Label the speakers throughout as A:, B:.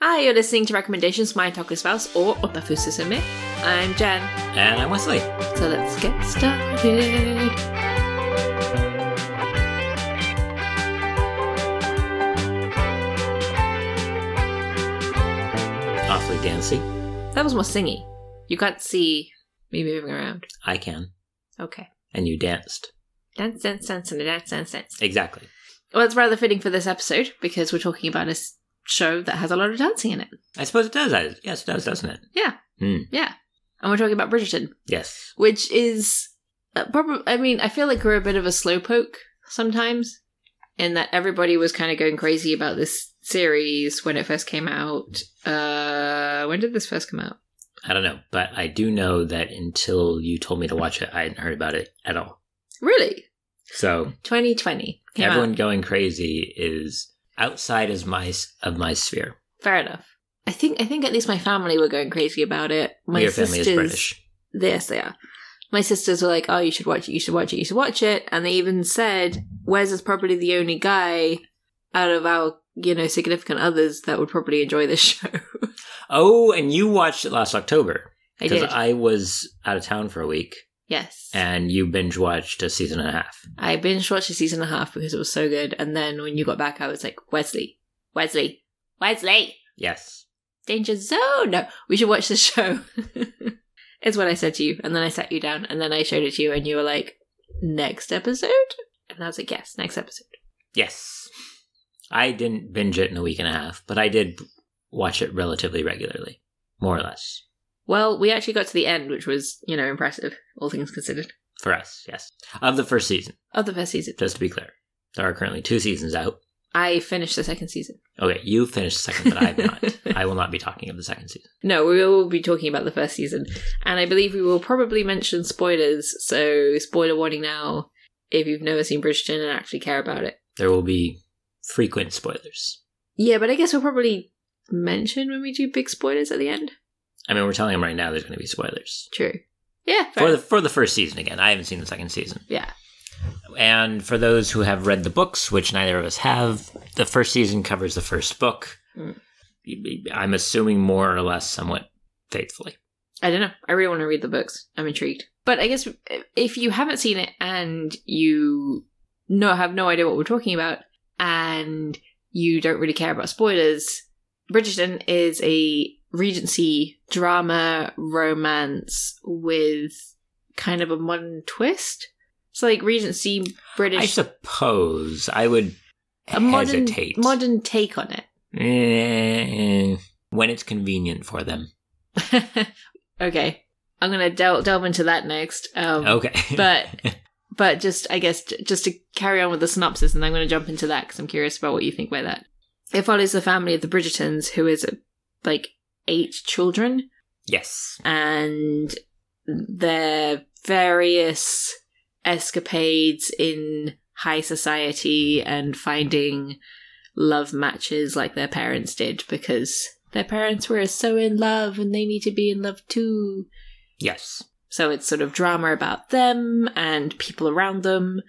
A: Hi, you're listening to Recommendations My Otaku Spouse or Otafu Susume. I'm Jen,
B: And I'm Wesley.
A: so let's get started.
B: Awfully dancy.
A: That was more singy. You can't see me moving around.
B: I can.
A: Okay.
B: And you danced.
A: Dance, dance, dance, and a dance, dance, dance.
B: Exactly.
A: Well, it's rather fitting for this episode because we're talking about a s- show that has a lot of dancing in it.
B: I suppose it does. I- Yes, it does, doesn't it?
A: Yeah. And we're talking about Bridgerton,
B: Yes.
A: which is uh, probably, I mean, I feel like we're a bit of a slowpoke sometimes in that everybody was kind of going crazy about this series when it first came out. Uh, when did this first come out?
B: I don't know, but I do know that until you told me to watch it, I hadn't heard about it at all.
A: Really?
B: So
A: 2020. came out.
B: everyone going crazy is outside is my s- of my sphere.
A: Fair enough. I think I think at least my family were going crazy about it. My
B: Your
A: sisters,
B: family is British.
A: Yes, they are. My sisters were like, "Oh, you should watch it. You should watch it. You should watch it." And they even said, "Wes is probably the only guy out of our you know significant others that would probably enjoy this show."
B: Oh, and you watched it last October
A: I did.
B: I was out of town for a week,
A: yes,
B: and you binge watched a season and a half.
A: I binge watched a season and a half because it was so good. And then when you got back, I was like, "Wesley, Wesley, Wesley,
B: Yes.
A: Danger Zone. No, we should watch this show. Is what I said to you. And then I sat you down and then I showed it to you and you were like, next episode? And I was like, yes, next episode.
B: Yes. I didn't binge it in a week and a half, but I did watch it relatively regularly, more or less.
A: Well, we actually got to the end, which was, you know, impressive, all things considered,
B: For us, yes. Of the first season,
A: of the first season.
B: just to be clear. There are currently two seasons out.
A: I finished the second season.
B: Okay, you finished the second, but I've not. I will not be talking of the second season.
A: No, we will be talking about the first season. And I believe we will probably mention spoilers. So, spoiler warning now if you've never seen Bridgerton and actually care about it.
B: There will be frequent spoilers.
A: Yeah, but I guess we'll probably mention when we do big spoilers at the end.
B: I mean, we're telling them right now there's going to be spoilers.
A: True. Yeah. fair
B: For the, for the first season again. I haven't seen the second season.
A: Yeah.
B: And for those who have read the books, which neither of us have, the first season covers the first book.
A: Mm.
B: I'm assuming more or less somewhat faithfully.
A: I don't know. I really want to read the books. I'm intrigued. But I guess if you haven't seen it and you no have no idea what we're talking about and you don't really care about spoilers, Bridgerton is a Regency drama romance with kind of a modern twist. So like Regency
B: I
A: British
B: suppose I would
A: a modern
B: hesitate.
A: modern take on
B: Eh, when it's convenient for them.
A: it. okay. I'm going to del- delve into that next. Um,
B: Okay.
A: but- but just I guess j- just to carry on with the synopsis, and I'm going to jump into that because I'm curious about what you think by that. It follows the family of the Bridgertons, who is uh, like eight children,
B: yes.
A: and their various escapades in high society and finding love matches like their parents did because their parents were so in love and they need to be in love too.
B: Yes.
A: So it's sort of drama about them and people around them,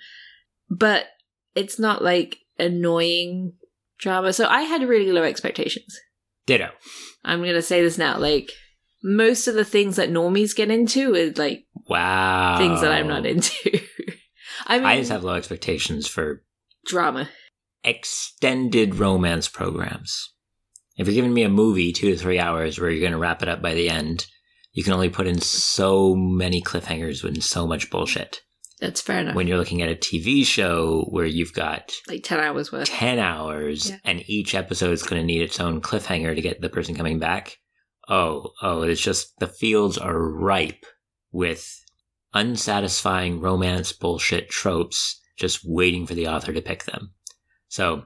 A: but it's not like annoying drama. So I had really low expectations.
B: Ditto.
A: I'm going to say this now. Like, most of the things that normies get into is like
B: Wow.
A: things that I'm not into. I mean,
B: Oh. I just have low expectations for
A: drama.
B: extended romance programs. If you're giving me a movie two to three hours where you're going to wrap it up by the end, you can only put in so many cliffhangers and so much bullshit.
A: That's fair enough.
B: When you're looking at a TV show where you've got
A: like 10 hours worth.
B: 10 hours
A: Yeah.
B: and each episode is going to need its own cliffhanger to get the person coming back. Oh, oh, it's just the fields are ripe with unsatisfying romance bullshit tropes just waiting for the author to pick them. So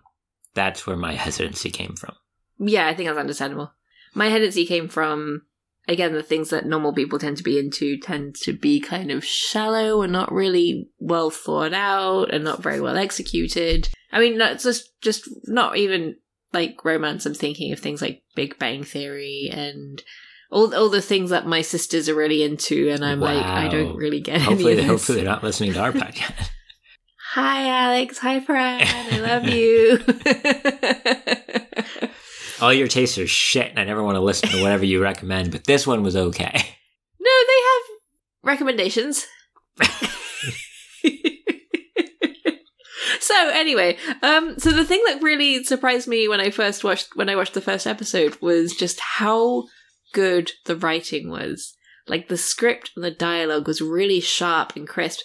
B: that's where my hesitancy came from.
A: Yeah, I think that's understandable. My hesitancy came from again the things that normal people tend to be into tend to be kind of shallow and not really well thought out and not very well executed. I mean, no, it's just just not even like romance. I'm thinking of things like Big Bang Theory and. All, all the things that my sisters are really into, and I'm like, I
B: Wow.
A: don't really get any
B: Hopefully, they,
A: of this.
B: hopefully they're not listening to our podcast.
A: Hi, Alex. Hi, Fran. I love you.
B: all your tastes are shit, and I never want to listen to whatever you recommend. But this one was okay.
A: No, they have recommendations. so anyway, um, so the thing that really surprised me when I first watched when I watched the first episode was just how good the writing was. Like the script and the dialogue was really sharp and crisp.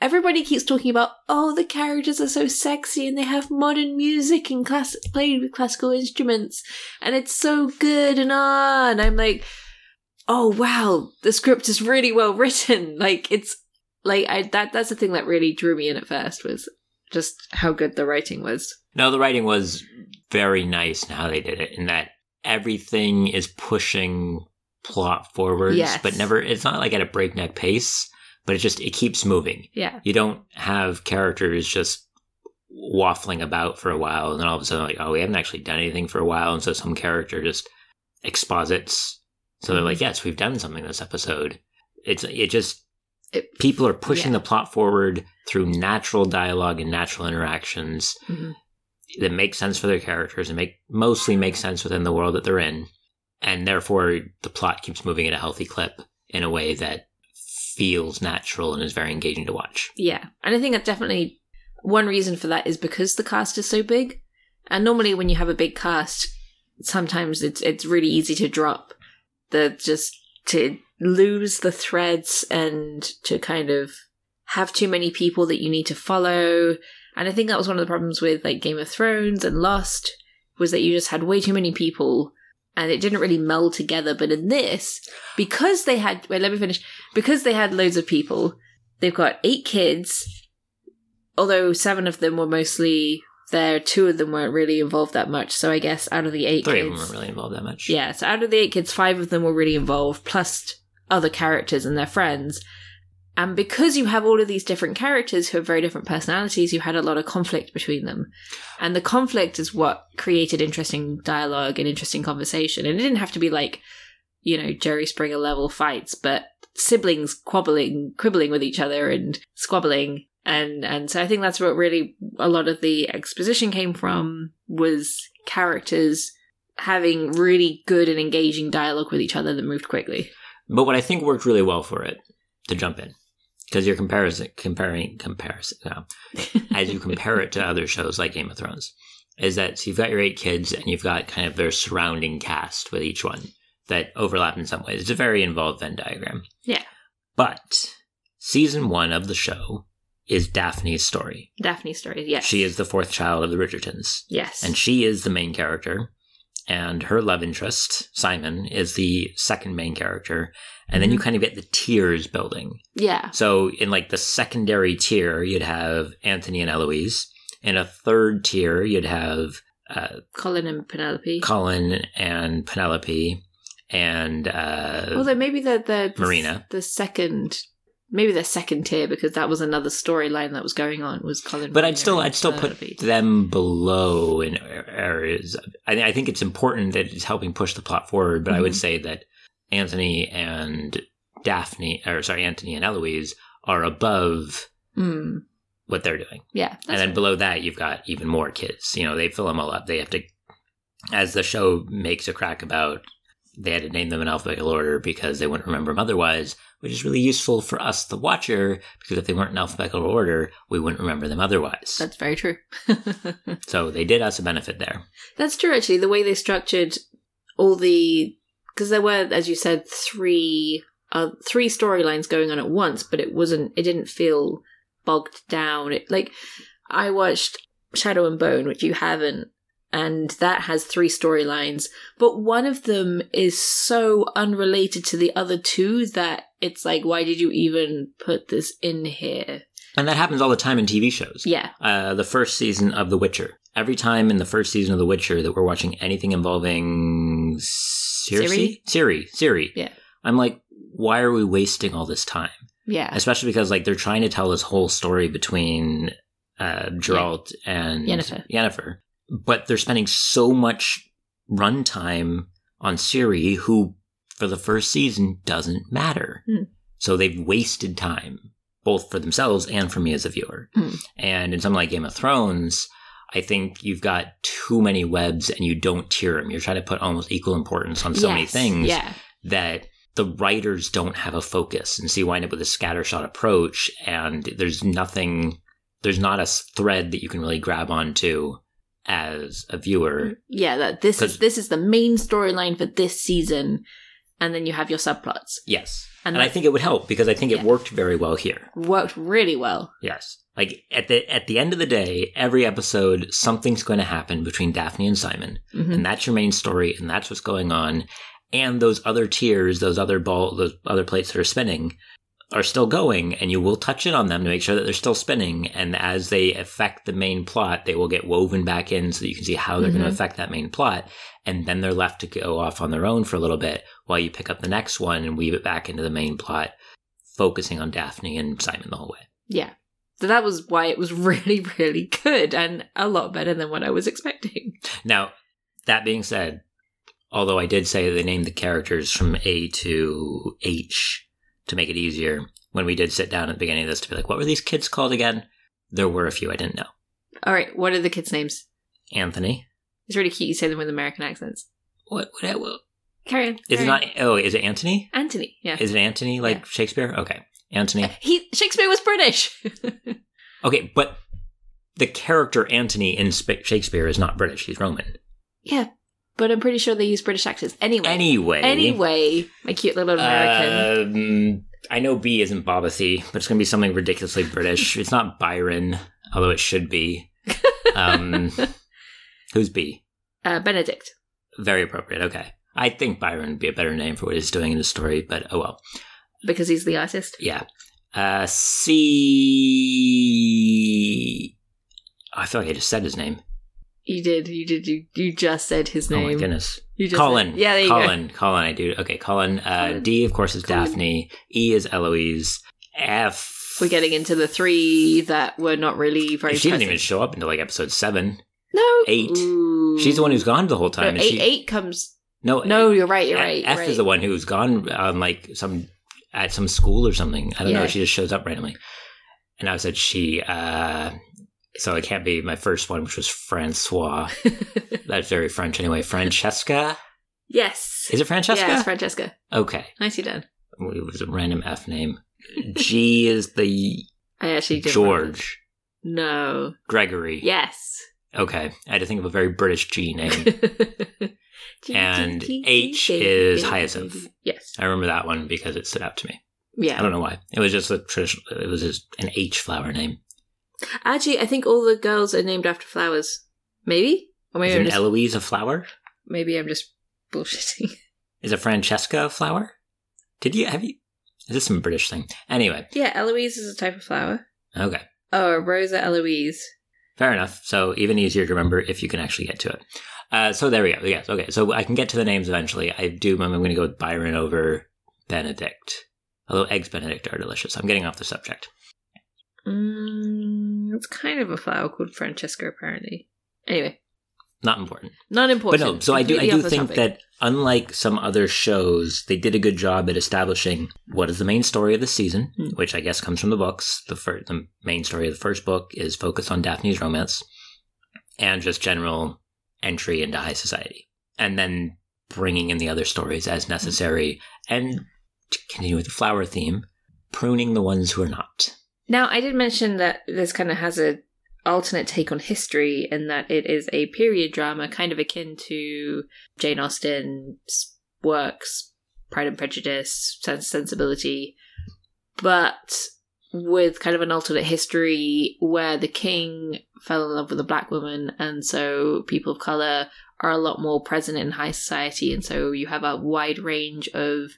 A: Everybody keeps talking about, oh, the characters are so sexy and they have modern music and class- played with classical instruments and it's so good and ah, and I'm like, oh wow, the script is really well written. Like it's like I that that's the thing that really drew me in at first was just how good the writing was.
B: No, the writing was very nice in how they did it, in that everything is pushing plot forwards,
A: Yes.
B: but never. It's not like at a breakneck pace, but it just it keeps moving.
A: Yeah.
B: You don't have characters just waffling about for a while, and then all of a sudden, like, oh, we haven't actually done anything for a while, and so some character just exposits. So they're
A: Mm-hmm.
B: like, yes, we've done something this episode. It's it just
A: It-
B: people are pushing
A: Yeah.
B: the plot forward through natural dialogue and natural interactions
A: Mhm.
B: that make sense for their characters and make mostly make sense within the world that they're in and therefore the plot keeps moving at a healthy clip in a way that feels natural and is very engaging to watch
A: Yeah. And I think that definitely one reason for that is because the cast is so big. And normally when you have a big cast, sometimes it's it's really easy to drop the just to lose the threads and to kind of have too many people that you need to follow. And I think that was one of the problems with like Game of Thrones and Lost was that you just had way too many people and it didn't really meld together. But in this, because they had wait, let me finish. Because they had loads of people, they've got eight kids, although seven of them were mostly there, two of them weren't really involved that much. So I guess out of the eight
B: three
A: kids,
B: of them weren't really involved that much
A: yeah, so out of the eight kids, five of them were really involved, plus other characters and their friends. And because you have all of these different characters who have very different personalities, you had a lot of conflict between them. And the conflict is what created interesting dialogue and interesting conversation. And it didn't have to be like, you know, Jerry Springer level fights, but siblings quabbling, quibbling with each other and squabbling. And, and so I think that's what really a lot of the exposition came from was characters having really good and engaging dialogue with each other that moved quickly.
B: but what i think worked really well for it to jump in because you're comparison comparing comparison no. as you compare it to other shows like Game of Thrones, is that so you've got your eight kids and you've got kind of their surrounding cast with each one that overlap in some ways. It's a very involved Venn diagram.
A: Yeah.
B: But season one of the show is Daphne's story.
A: Daphne's story, yes.
B: She is the fourth child of the Richardsons.
A: Yes.
B: And she is the main character. And her love interest, Simon, is the second main character. And then you kind of get the tiers building.
A: yeah.
B: So in like the secondary tier, you'd have Anthony and Eloise. In a third tier, you'd have uh,
A: Colin and Penelope.
B: Colin and Penelope, and uh,
A: Although maybe they're, they're the,
B: Marina.
A: the second, maybe the second tier because that was another storyline that was going on was Colin.
B: but
A: Marina,
B: I'd still
A: and
B: I'd still put
A: Penelope.
B: them below in areas. I, I think it's important that it's helping push the plot forward. But I would
A: Mhm.
B: say that Anthony and Daphne, or sorry, Anthony and Eloise are above
A: Mm,
B: what they're doing.
A: yeah.
B: and
A: that's
B: then
A: right.
B: below that you've got even more kids you know they fill them all up they have to as the show makes a crack about they had to name them in alphabetical order because they wouldn't remember them otherwise which is really useful for us the watcher because if they weren't in alphabetical order we wouldn't remember them otherwise
A: that's very true.
B: so they did us a benefit there
A: that's true, actually. The way they structured all the. Because there were, as you said, three. Uh, three storylines going on at once, but it wasn't. It didn't feel bogged down. It like I watched Shadow and Bone, which you haven't, and that has three storylines, but one of them is so unrelated to the other two that it's like, why did you even put this in here?
B: and that happens all the time in tv shows
A: Yeah,
B: uh, the first season of the witcher every time in the first season of the witcher that we're watching anything involving Cersei? Siri, Siri.
A: Yeah.
B: I'm like, why are we wasting all this time?
A: yeah.
B: especially because like they're trying to tell this whole story between uh, Geralt and
A: Yennefer.
B: Yennefer. but they're spending so much runtime on Ciri, who for the first season doesn't matter.
A: Hmm.
B: So they've wasted time both for themselves and for me as a viewer.
A: Hmm.
B: And in something like Game of Thrones, I think you've got too many webs and you don't tier them. You're trying to put almost equal importance on so many
A: Yes,
B: things
A: Yeah.
B: that the writers don't have a focus. And so you wind up with a scattershot approach and there's nothing, there's not a s- thread that you can really grab onto as a viewer.
A: Mm, Yeah, that this is
B: 'Cause-
A: this is the main storyline for this season, and then you have your subplots.
B: Yes.
A: And
B: And, I
A: that-
B: think it would help because I think
A: Yeah.
B: it worked very well here.
A: Worked really well.
B: Yes. Like at the at the end of the day, every episode something's going to happen between Daphne and Simon.
A: Mhm.
B: and that's your main story and that's what's going on and those other tiers those other ball those other plates that are spinning are still going and you will touch in on them to make sure that they're still spinning and as they affect the main plot they will get woven back in so that you can see how they're going
A: Mhm.
B: to affect that main plot and then they're left to go off on their own for a little bit while you pick up the next one and weave it back into the main plot focusing on daphne and simon the whole way
A: Yeah. So that was why it was really, really good and a lot better than what I was expecting.
B: Now, that being said, although I did say they named the characters from A to H to make it easier, when we did sit down at the beginning of this to be like, what were these kids called again? There were a few I didn't know.
A: All right, what are the kids' names?
B: Anthony.
A: It's really cute you say them with American accents.
B: What? what, what
A: Carry on.
B: is
A: carry
B: it
A: on.
B: not? Oh, is it Anthony?
A: Anthony? Yeah.
B: Is it Anthony like
A: Yeah.
B: Shakespeare? Okay. Anthony.
A: He Shakespeare was British.
B: Okay, but the character Anthony in Sp- Shakespeare is not British. He's Roman.
A: yeah, but I'm pretty sure they use British accents anyway.
B: Anyway.
A: Anyway, my cute little American.
B: Um, I know B isn't Bobathy, but it's going to be something ridiculously British. it's not Byron, although it should be. Um, who's B?
A: Uh, Benedict.
B: Very appropriate. Okay. I think Byron would be a better name for what he's doing in the story, but oh well.
A: because he's the artist.
B: Yeah. Uh, C. I feel like I just said his name.
A: You did, you did, you you just said his name.
B: Oh my goodness.
A: You just
B: Colin.
A: said- yeah, there you go.
B: Colin. Colin. I do. Okay. Colin. Uh,
A: Colin.
B: D, of course, is
A: Colin.
B: Daphne. E is Eloise. F.
A: We're getting into the three that were not really very.
B: she didn't even
A: present.
B: show up until like episode seven.
A: no
B: eight. She's the one who's gone the whole time.
A: No,
B: and
A: eight
B: she-
A: eight comes.
B: no,
A: No, you're right. You're
B: F-
A: right.
B: F is the one who's gone on like some at some school or something. I don't
A: Yeah.
B: know. She just shows up randomly, and I said she. uh So it can't be my first one, which was Francois.
A: one.
B: That's very French anyway. Francesca
A: yes.
B: is it Francesca?
A: Yes, Francesca.
B: okay,
A: Nicely done.
B: it was a random F name. G is the
A: I actually did
B: George
A: No.
B: Gregory.
A: Yes.
B: Okay, I had to think of a very British G name. And
A: G, G, G,
B: H
A: G,
B: is
A: G, G,
B: Hyacinth.
A: G. Yes.
B: I remember that one because it stood out to me. I
A: Yeah.
B: don't know why. It was just a traditional. It was just an H flower name.
A: Actually, I think all the girls are named after flowers. Maybe. Or maybe
B: Is
A: I'm
B: an
A: just,
B: Eloise a flower?
A: maybe I'm just bullshitting.
B: Is a Francesca a flower? Did you have you? Is this some British thing? Anyway,
A: Yeah, Eloise is a type of flower.
B: okay,
A: Oh, Rosa Eloise.
B: fair enough. So even easier to remember if you can actually get to it. Uh, so there we go. Yes, okay. So I can get to the names eventually. I do remember I'm going to go with Byron over Benedict. Although eggs Benedict are delicious. I'm getting off the subject.
A: Mm, it's kind of a flower called Francesca, apparently. Anyway,
B: Not important.
A: not
B: But
A: important.
B: no, so I do. I
A: Completely
B: do
A: off the
B: think
A: topic.
B: that unlike some other shows, they did a good job at establishing what is the main story of the season,
A: Hmm.
B: which I guess comes from the books. The first, the main story of the first book is focused on Daphne's romance and just general entry into high society, and then bringing in the other stories as necessary,
A: Hmm.
B: and to continue with the flower theme, pruning the ones who are not.
A: Now, I did mention that this kind of has a alternate take on history in that it is a period drama, kind of akin to Jane Austen's works, Pride and Prejudice, Sense and Sensibility, but with kind of an alternate history where the king fell in love with a black woman, and so people of color are a lot more present in high society, and so you have a wide range of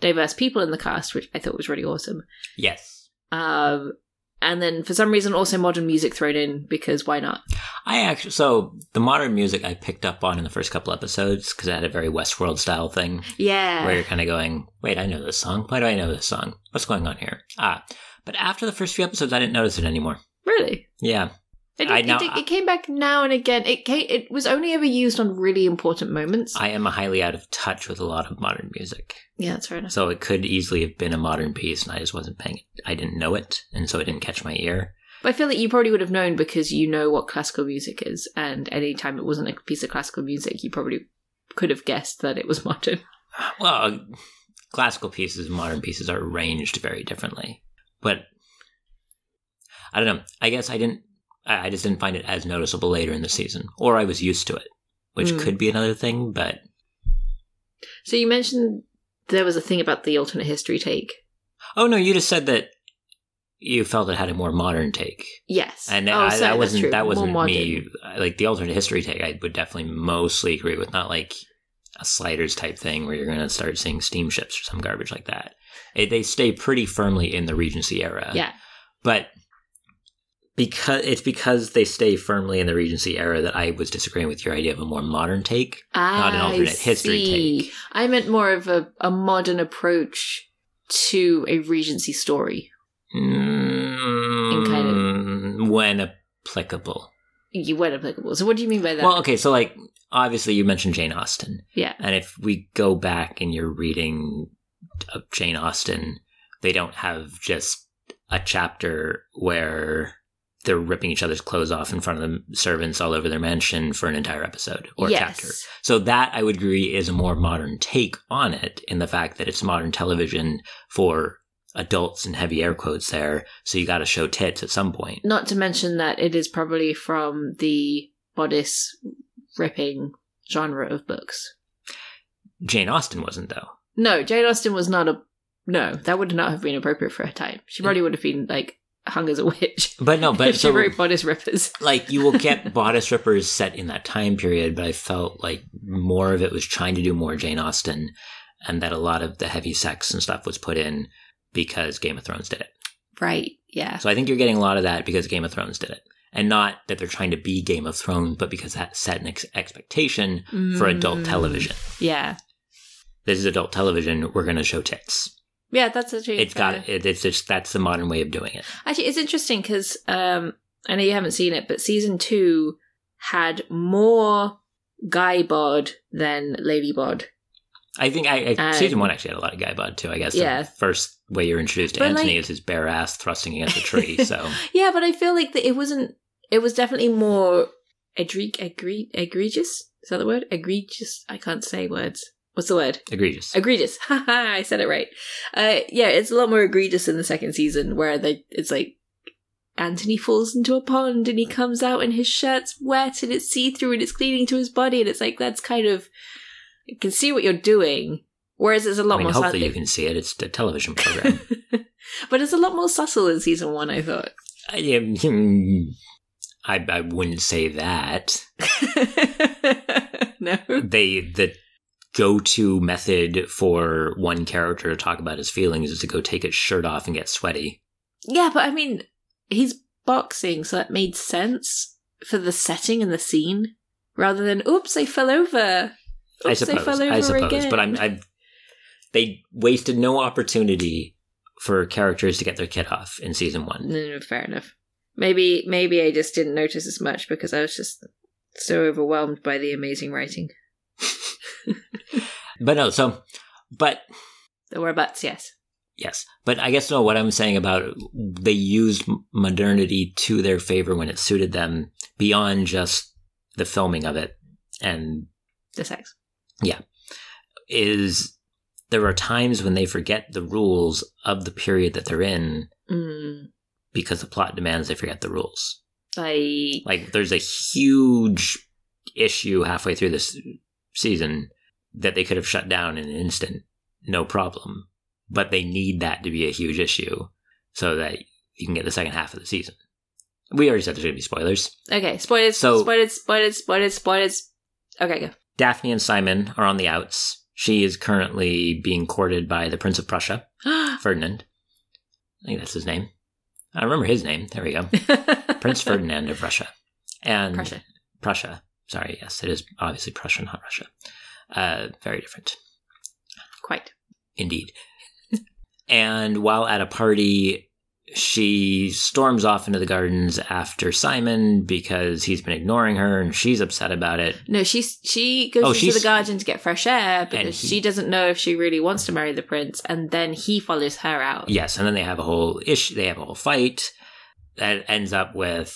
A: diverse people in the cast, which I thought was really awesome.
B: Yes,
A: Um, and then for some reason, also modern music thrown in because why not?
B: I actually so the modern music I picked up on in the first couple episodes because I had a very Westworld style thing.
A: Yeah.
B: where you're kind of going, wait, I know this song. Why do I know this song? What's going on here? Ah, but after the first few episodes, I didn't notice it anymore.
A: Really?
B: Yeah,
A: It,
B: I
A: it,
B: know-
A: it, it came back now and again. It came, it was only ever used on really important moments.
B: I am highly out of touch with a lot of modern music,
A: yeah, that's fair enough.
B: so it could easily have been a modern piece, and I just wasn't paying. I didn't know it, and so it didn't catch my ear.
A: But I feel like you probably would have known because you know what classical music is, and anytime it wasn't a piece of classical music, you probably could have guessed that it was modern.
B: Well, classical pieces and modern pieces are arranged very differently. But I don't know. I guess I didn't. I I just didn't find it as noticeable later in the season, or I was used to it, which
A: Mm.
B: could be another thing. But
A: So you mentioned there was a thing about the alternate history take.
B: oh no, you just said that you felt it had a more modern take,
A: Yes,
B: and
A: Oh,
B: I,
A: sorry,
B: that
A: that's
B: wasn't
A: true.
B: that
A: More
B: wasn't
A: modern.
B: me. Like the alternate history take, I would definitely mostly agree with, not like a sliders type thing where you're going to start seeing steamships or some garbage like that. It, they stay pretty firmly in the Regency era.
A: Yeah,
B: but because it's because they stay firmly in the Regency era that I was disagreeing with your idea of a more modern take.
A: not
B: an alternate history take.
A: I meant more of a, a modern approach to a Regency story.
B: Mm, when applicable.
A: You weren't applicable. So what do you mean by that?
B: Well, okay, so like obviously you mentioned Jane Austen,
A: yeah,
B: and if we go back and you're reading of Jane Austen, they don't have just a chapter where they're ripping each other's clothes off in front of the servants all over their mansion for an entire episode or
A: yes.
B: chapter. So that I would agree is a more modern take on it in the fact that it's modern television for adults and heavy air quotes there. So you got to show tits at some point.
A: Not to mention that it is probably from the bodice ripping genre of books.
B: Jane Austen wasn't though.
A: No, Jane Austen was not a no. That would not have been appropriate for her time. She probably would have been like hung as a witch.
B: But no, but
A: if she
B: so
A: wrote bodice rippers.
B: like you will get bodice rippers set in that time period, but I felt like more of it was trying to do more Jane Austen and that a lot of the heavy sex and stuff was put in because Game of Thrones did it.
A: Right. Yeah.
B: So I think you're getting a lot of that because Game of Thrones did it. And not that they're trying to be Game of Thrones, but because that set an ex- expectation for adult
A: Mm,
B: television.
A: Yeah.
B: This is adult television. We're going to show tits.
A: Yeah, that's actually.
B: It's got it. It's just that's the modern way of doing it.
A: Actually, it's interesting because um, I know you haven't seen it, but season two had more guy bod than lady bod.
B: I think I, I
A: Um,
B: season one actually had a lot of guy bod too. I guess
A: yeah.
B: the first way you're introduced to
A: But,
B: Anthony
A: like-
B: is his bare ass thrusting against a tree. So
A: Yeah, but I feel like that it wasn't. It was definitely more egre- egre- egregious. Is that the word? Egregious. I can't say words. What's the word?
B: egregious.
A: Egregious. Haha, I said it right. Uh, yeah, it's a lot more egregious in the second season where they, it's like Anthony falls into a pond and he comes out and his shirt's wet and it's see through and it's cleaning to his body and it's like that's kind of I can see what you're doing. Whereas it's a lot
B: I mean,
A: more subtle.
B: hopefully you can see it. It's a television program.
A: but it's a lot more subtle in season one, I thought.
B: I, um, I I wouldn't say that.
A: no.
B: they the go-to method for one character to talk about his feelings is to go take his shirt off and get sweaty.
A: Yeah, but I mean, he's boxing, so that made sense for the setting and the scene, rather than "Oops, I fell over." Oops,
B: I suppose.
A: fell over
B: I suppose.
A: again.
B: But I'm, I'm. They wasted no opportunity for characters to get their kit off in season one.
A: No, no, fair enough. Maybe, maybe I just didn't notice as much because I was just so overwhelmed by the amazing writing.
B: But no. So, but
A: There were buts, yes.
B: yes. But I guess no. What I'm saying about they used modernity to their favor when it suited them beyond just the filming of it and
A: The sex.
B: is there are times when they forget the rules of the period that they're in
A: Mm,
B: because the plot demands they forget the rules.
A: I
B: Like there's a huge issue halfway through this season that they could have shut down in an instant, no problem. But they need that to be a huge issue so that you can get the second half of the season. We already said there's gonna be spoilers.
A: okay. Spoilers.
B: So-
A: spoilers. Spoilers. Spoilers. Spoilers. Okay, go.
B: Daphne and Simon are on the outs. She is currently being courted by the Prince of Prussia. Ferdinand. I think that's his name. I remember his name. There we go. Prince Ferdinand of Russia. And
A: Prussia.
B: Prussia. Sorry, yes, it is obviously Prussia, not Russia. Uh, very different,
A: Quite.
B: indeed. and while at a party, she storms off into the gardens after Simon because he's been ignoring her and she's upset about it.
A: No, she's she goes
B: Oh,
A: into
B: she's-
A: the garden to get fresh air because
B: he-
A: she doesn't know if she really wants to marry the prince, and then he follows her out.
B: Yes, and then they have a whole issue. They have a whole fight. that ends up with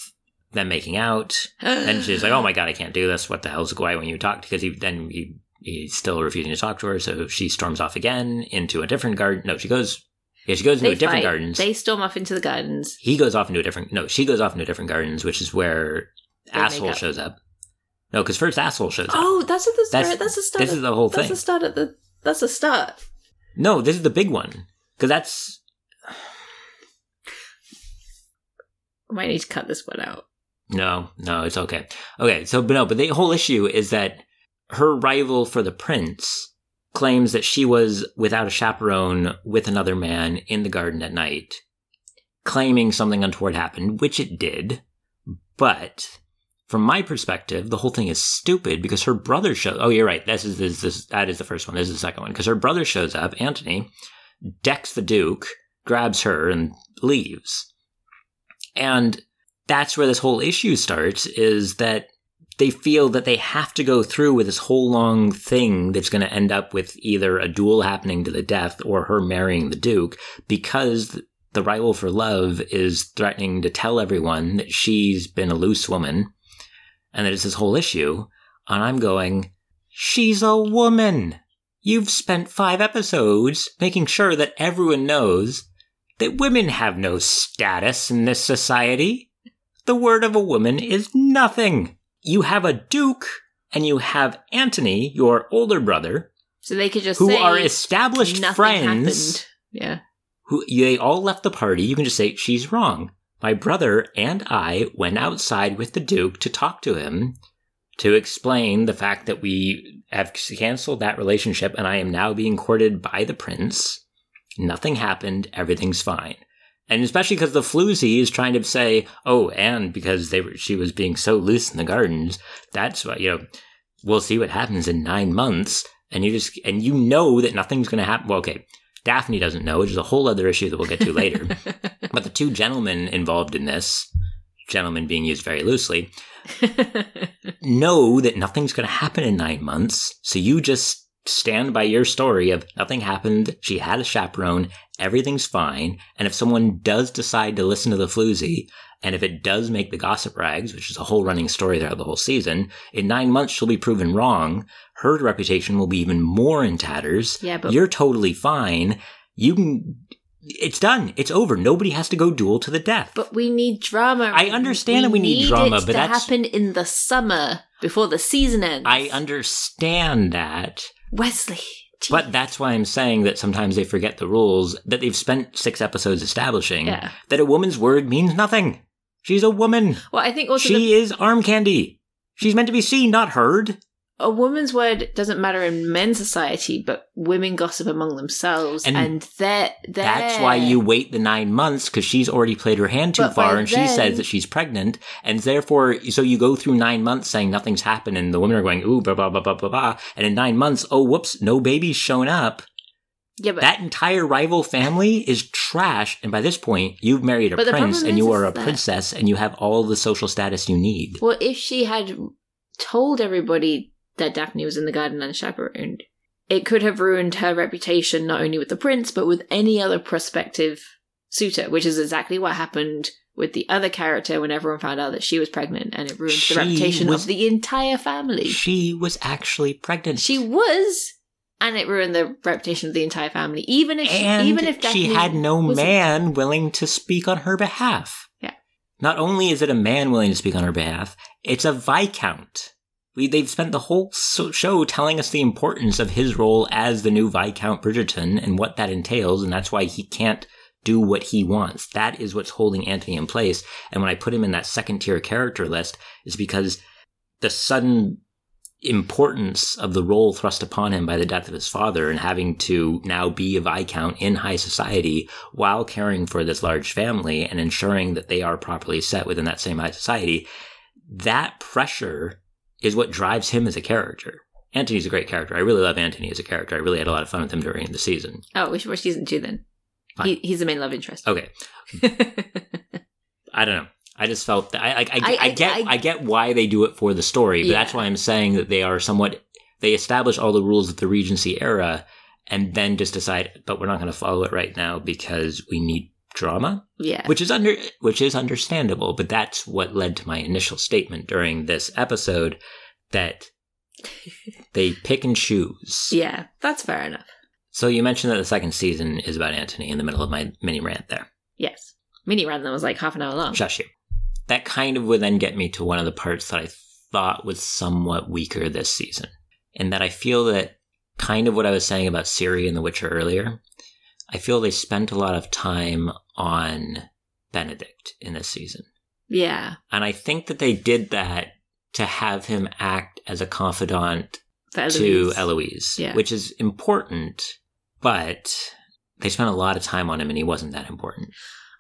B: them making out. And she's like, "Oh my god, I can't do this. What the hell's going on when you talk?" Because he then he, he's still refusing to talk to her, so she storms off again into a different garden. No, she goes. Yeah, she goes into
A: they
B: a different
A: fight.
B: gardens.
A: They storm off into the gardens.
B: he goes off into a different. No, she goes off into a different gardens, which is where
A: They make
B: asshole
A: up.
B: shows up. No, because first asshole shows up.
A: Oh, that's at the start.
B: That's-
A: That's, the start.
B: This is
A: of-
B: the whole
A: that's
B: thing.
A: the start of the. That's the start.
B: No, this is the big one because that's
A: I might need to cut this one out.
B: no, no, it's okay. Okay, so but no, but the whole issue is that her rival for the prince claims that she was without a chaperone with another man in the garden at night, claiming something untoward happened, which it did. But from my perspective, the whole thing is stupid because her brother shows. Oh, you're right. This is this, this that is the first one. This is the second one because her brother shows up. Antony decks the duke, grabs her, and leaves. And that's where this whole issue starts. Is that they feel that they have to go through with this whole long thing that's going to end up with either a duel happening to the death or her marrying the duke because the rival for love is threatening to tell everyone that she's been a loose woman and that it's this whole issue and i'm going she's a woman you've spent five episodes making sure that everyone knows that women have no status in this society the word of a woman is nothing you have a duke and you have Antony, your older brother,
A: So they could just
B: who
A: say
B: are established
A: nothing
B: friends.
A: Happened. Yeah.
B: Who they all left the party. You can just say she's wrong. My brother and I went outside with the duke to talk to him to explain the fact that we have canceled that relationship and I am now being courted by the prince. Nothing happened. Everything's fine. And especially because the floozy is trying to say, oh, and because they were, she was being so loose in the gardens, that's why, you know, we'll see what happens in nine months. And you just, and you know that nothing's going to happen. Well, okay. Daphne doesn't know, which is a whole other issue that we'll get to later. but the two gentlemen involved in this, gentlemen being used very loosely, know that nothing's going to happen in nine months. So you just stand by your story of nothing happened. She had a chaperone. Everything's fine. And if someone does decide to listen to the floozy, and if it does make the gossip rags, which is a whole running story throughout the whole season, in nine months she'll be proven wrong. Her reputation will be even more in tatters
A: yeah, but
B: you're totally fine. You can. It's done. It's over. Nobody has to go duel to the death.
A: but we need drama.
B: I understand that we need drama,
A: it
B: but
A: to
B: that's-
A: happen in the summer before the season ends.
B: I understand that,
A: Wesley. gee.
B: but that's why I'm saying that sometimes they forget the rules that they've spent six episodes establishing.
A: yeah.
B: That a woman's word means nothing. She's a woman.
A: Well, I think also the
B: she is arm candy. She's meant to be seen, not heard.
A: a woman's word doesn't matter in men's society, but women gossip among themselves,
B: And
A: and, they're, they're
B: That's why you wait the nine months because she's already played her hand too
A: But by
B: far, and she
A: then-
B: says that she's pregnant, and therefore, so you go through nine months saying nothing's happened, and the women are going ooh blah blah blah blah blah, blah. and in nine months, oh whoops, no baby's shown up.
A: yeah, but
B: that entire rival family is trash, and by this point, you've married a
A: But the
B: prince,
A: problem is-
B: and you
A: is
B: are a
A: that-
B: princess, and you have all the social status you need.
A: well, if she had told everybody that Daphne was in the garden unchaperoned, it could have ruined her reputation not only with the prince but with any other prospective suitor, which is exactly what happened with the other character when everyone found out that she was pregnant, and it ruined
B: She
A: the reputation
B: was-
A: of the entire family.
B: She was actually pregnant.
A: She was, and it ruined the reputation of the entire family. Even if,
B: and
A: she, even if
B: she
A: Daphne
B: had no
A: wasn't-
B: man willing to speak on her behalf.
A: Yeah.
B: Not only is it a man willing to speak on her behalf, it's a viscount. We, they've spent the whole so- show telling us the importance of his role as the new Viscount Bridgerton and what that entails, and that's why he can't do what he wants. That is what's holding Anthony in place. And when I put him in that second tier character list, is because the sudden importance of the role thrust upon him by the death of his father and having to now be a viscount in high society while caring for this large family and ensuring that they are properly set within that same high society that pressure is what drives him as a character antony's a great character i really love antony as a character i really had a lot of fun with him during the season
A: Oh, we should watch season two then.
B: Fine.
A: He, he's the main love interest.
B: okay I don't know. I just felt that I like I,
A: I-
B: I,
A: I-
B: get I,
A: I-
B: get why they do it for the story, but
A: Yeah.
B: that's why I'm saying that they are somewhat they establish all the rules of the Regency era and then just decide, but we're not going to follow it right now because we need drama,
A: Yeah.
B: which is under which is understandable, but that's what led to my initial statement during this episode that they pick and choose.
A: yeah, that's fair enough.
B: So you mentioned that the second season is about Antony in the middle of my mini rant there.
A: Yes. Mini run that was like half an hour long.
B: Shush you. That kind of would then get me to one of the parts that I thought was somewhat weaker this season. And that I feel that kind of what I was saying about Siri and The Witcher earlier, I feel they spent a lot of time on Benedict in this season.
A: Yeah.
B: And I think that they did that to have him act as a confidant
A: For
B: to
A: Eloise.
B: Eloise,
A: Yeah.
B: which is important, but they spent a lot of time on him and he wasn't that important.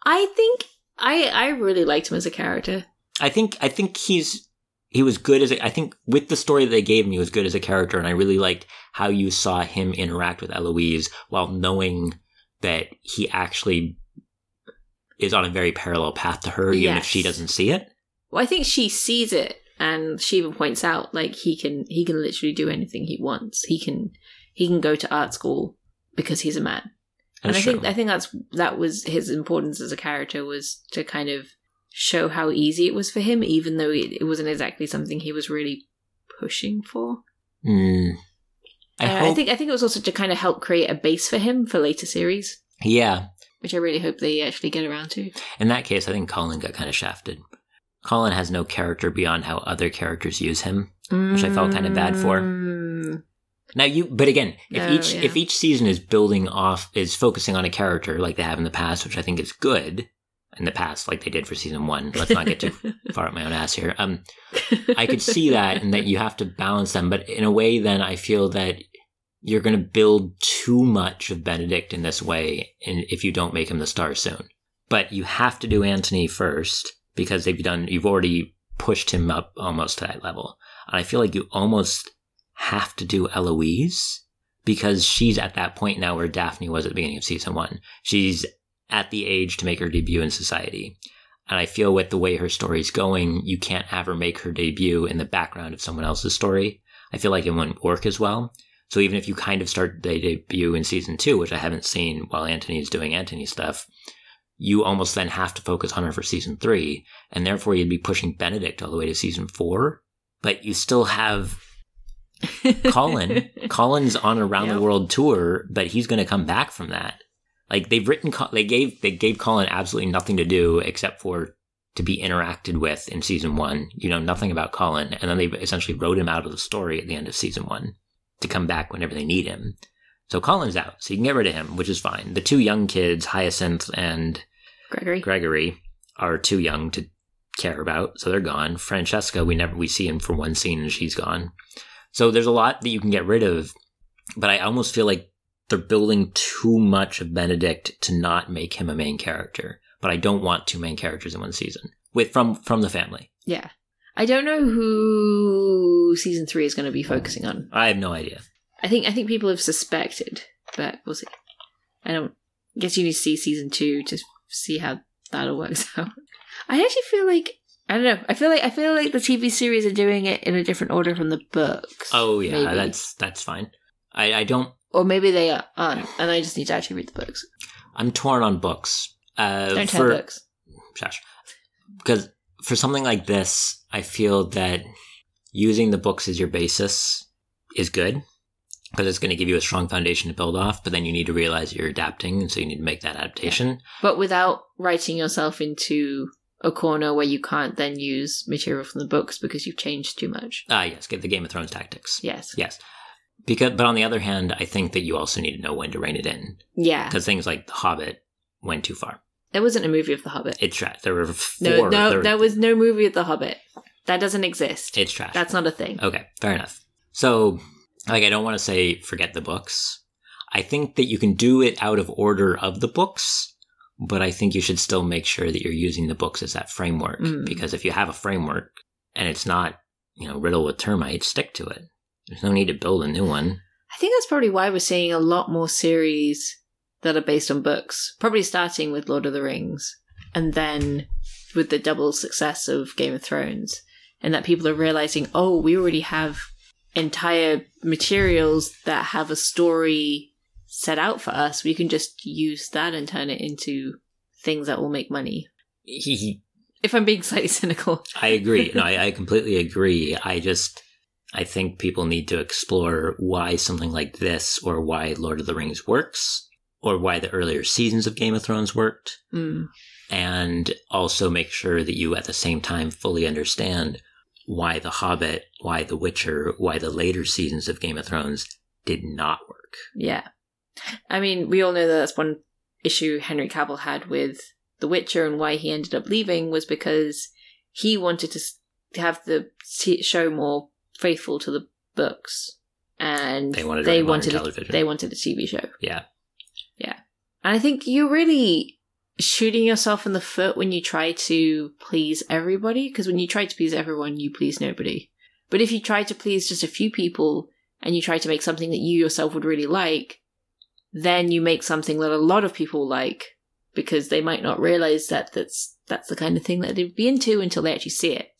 A: I think I I really liked him as a character.
B: I think I think he's he was good as a, I think with the story that they gave him, he was good as a character, and I really liked how you saw him interact with Eloise while knowing that he actually is on a very parallel path to her, even if
A: Yes.
B: she doesn't see it.
A: Well, I think she sees it, and she even points out like he can he can literally do anything he wants. He can he can go to art school because he's a man. and I
B: That's
A: think
B: true.
A: I think that's that was his importance as a character was to kind of show how easy it was for him, even though it, it wasn't exactly something he was really pushing for.
B: Mm. I
A: Uh,
B: hope,
A: I think I think it was also to kind of help create a base for him for later series,
B: yeah.
A: which I really hope they actually get around to.
B: In that case, I think Colin got kind of shafted. Colin has no character beyond how other characters use him. Which I felt kinda bad for.
A: Mm,
B: Now you, but again, if
A: No,
B: each
A: yeah.
B: if each season is building off is focusing on a character like they have in the past, which I think is good in the past, like they did for season one. Let's not get too far up my own ass here. Um, I could see that, and that you have to balance them, but in a way, then I feel that you're going to build too much of Benedict in this way, and if you don't make him the star soon, but you have to do Antony first because they've done you've already pushed him up almost to that level, and I feel like you almost have to do Eloise because she's at that point now where Daphne was at the beginning of season one. She's at the age to make her debut in society. And I feel with the way her story's going, you can't have her make her debut in the background of someone else's story. I feel like it wouldn't work as well. So even if you kind of start the debut in season two, which I haven't seen while Antony is doing Antony stuff, you almost then have to focus on her for season three, and therefore you'd be pushing Benedict all the way to season four. But you still have Colin. Colin's on a round
A: Yep.
B: the world tour, but he's going to come back from that. Like they've written, Col- they gave they gave Colin absolutely nothing to do except for to be interacted with in season one. You know nothing about Colin, and then they essentially wrote him out of the story at the end of season one to come back whenever they need him. So Colin's out, so you can get rid of him, which is fine. The two young kids, Hyacinth and
A: Gregory.
B: Gregory are too young to care about, so they're gone. Francesca, we never we see him for one scene and she's gone. So there's a lot that you can get rid of, but I almost feel like they're building too much of Benedict to not make him a main character. But I don't want two main characters in one season. With from from the family.
A: Yeah, I don't know who season three is going to be focusing on.
B: I have no idea.
A: I think I think people have suspected, but we'll see. I don't guess you need to see season two to see how that all works out. I actually feel like I don't know. I feel like I feel like the TV series are doing it in a different order from the books.
B: Oh yeah,
A: maybe.
B: that's that's fine. I, I don't
A: or maybe they are, aren't, and I just need to actually read the books.
B: I'm torn on books. Uh
A: Don't
B: for-
A: tell books.
B: shush. Because for something like this, I feel that using the books as your basis is good because it's going to give you a strong foundation to build off, but then you need to realize you're adapting, and so you need to make that adaptation.
A: but without writing yourself into a corner where you can't then use material from the books because you've changed too much.
B: Ah, yes, get the Game of Thrones tactics.
A: Yes.
B: Yes. Because, but on the other hand, I think that you also need to know when to rein it in
A: Yeah.
B: because things like The Hobbit went too far.
A: There wasn't a movie of The Hobbit.
B: It's trash. There were four.
A: No, no,
B: there-
A: there was no movie of The Hobbit. That doesn't exist.
B: it's trash.
A: That's not a thing.
B: Okay, fair enough. So, like, I don't want to say forget the books. I think that you can do it out of order of the books, but I think you should still make sure that you're using the books as that framework.
A: Mm.
B: Because if you have a framework and it's not, you know, riddled with termites, stick to it. There's no need to build a new one.
A: I think that's probably why we're seeing a lot more series that are based on books. Probably starting with Lord of the Rings and then with the double success of Game of Thrones. And that people are realizing, oh, we already have entire materials that have a story set out for us. We can just use that and turn it into things that will make money.
B: He, he-
A: If I'm being slightly cynical,
B: I agree. No, I, I completely agree. I just, I think people need to explore why something like this or why Lord of the Rings works or why the earlier seasons of Game of Thrones worked.
A: mm,
B: and also make sure that you at the same time fully understand why The Hobbit, why The Witcher, why the later seasons of Game of Thrones did not work.
A: yeah. I mean, we all know that that's one issue Henry Cavill had with The Witcher and why he ended up leaving was because he wanted to s- have the se- show more faithful to the books, and
B: They wanted to
A: they
B: write modern
A: wanted a-
B: television.
A: they wanted a TV show.
B: Yeah.
A: yeah. And I think you're really shooting yourself in the foot when you try to please everybody because when you try to please everyone, you please nobody. But if you try to please just a few people and you try to make something that you yourself would really like, then you make something that a lot of people like because they might not realize that that's that's the kind of thing that they'd be into until they actually see it.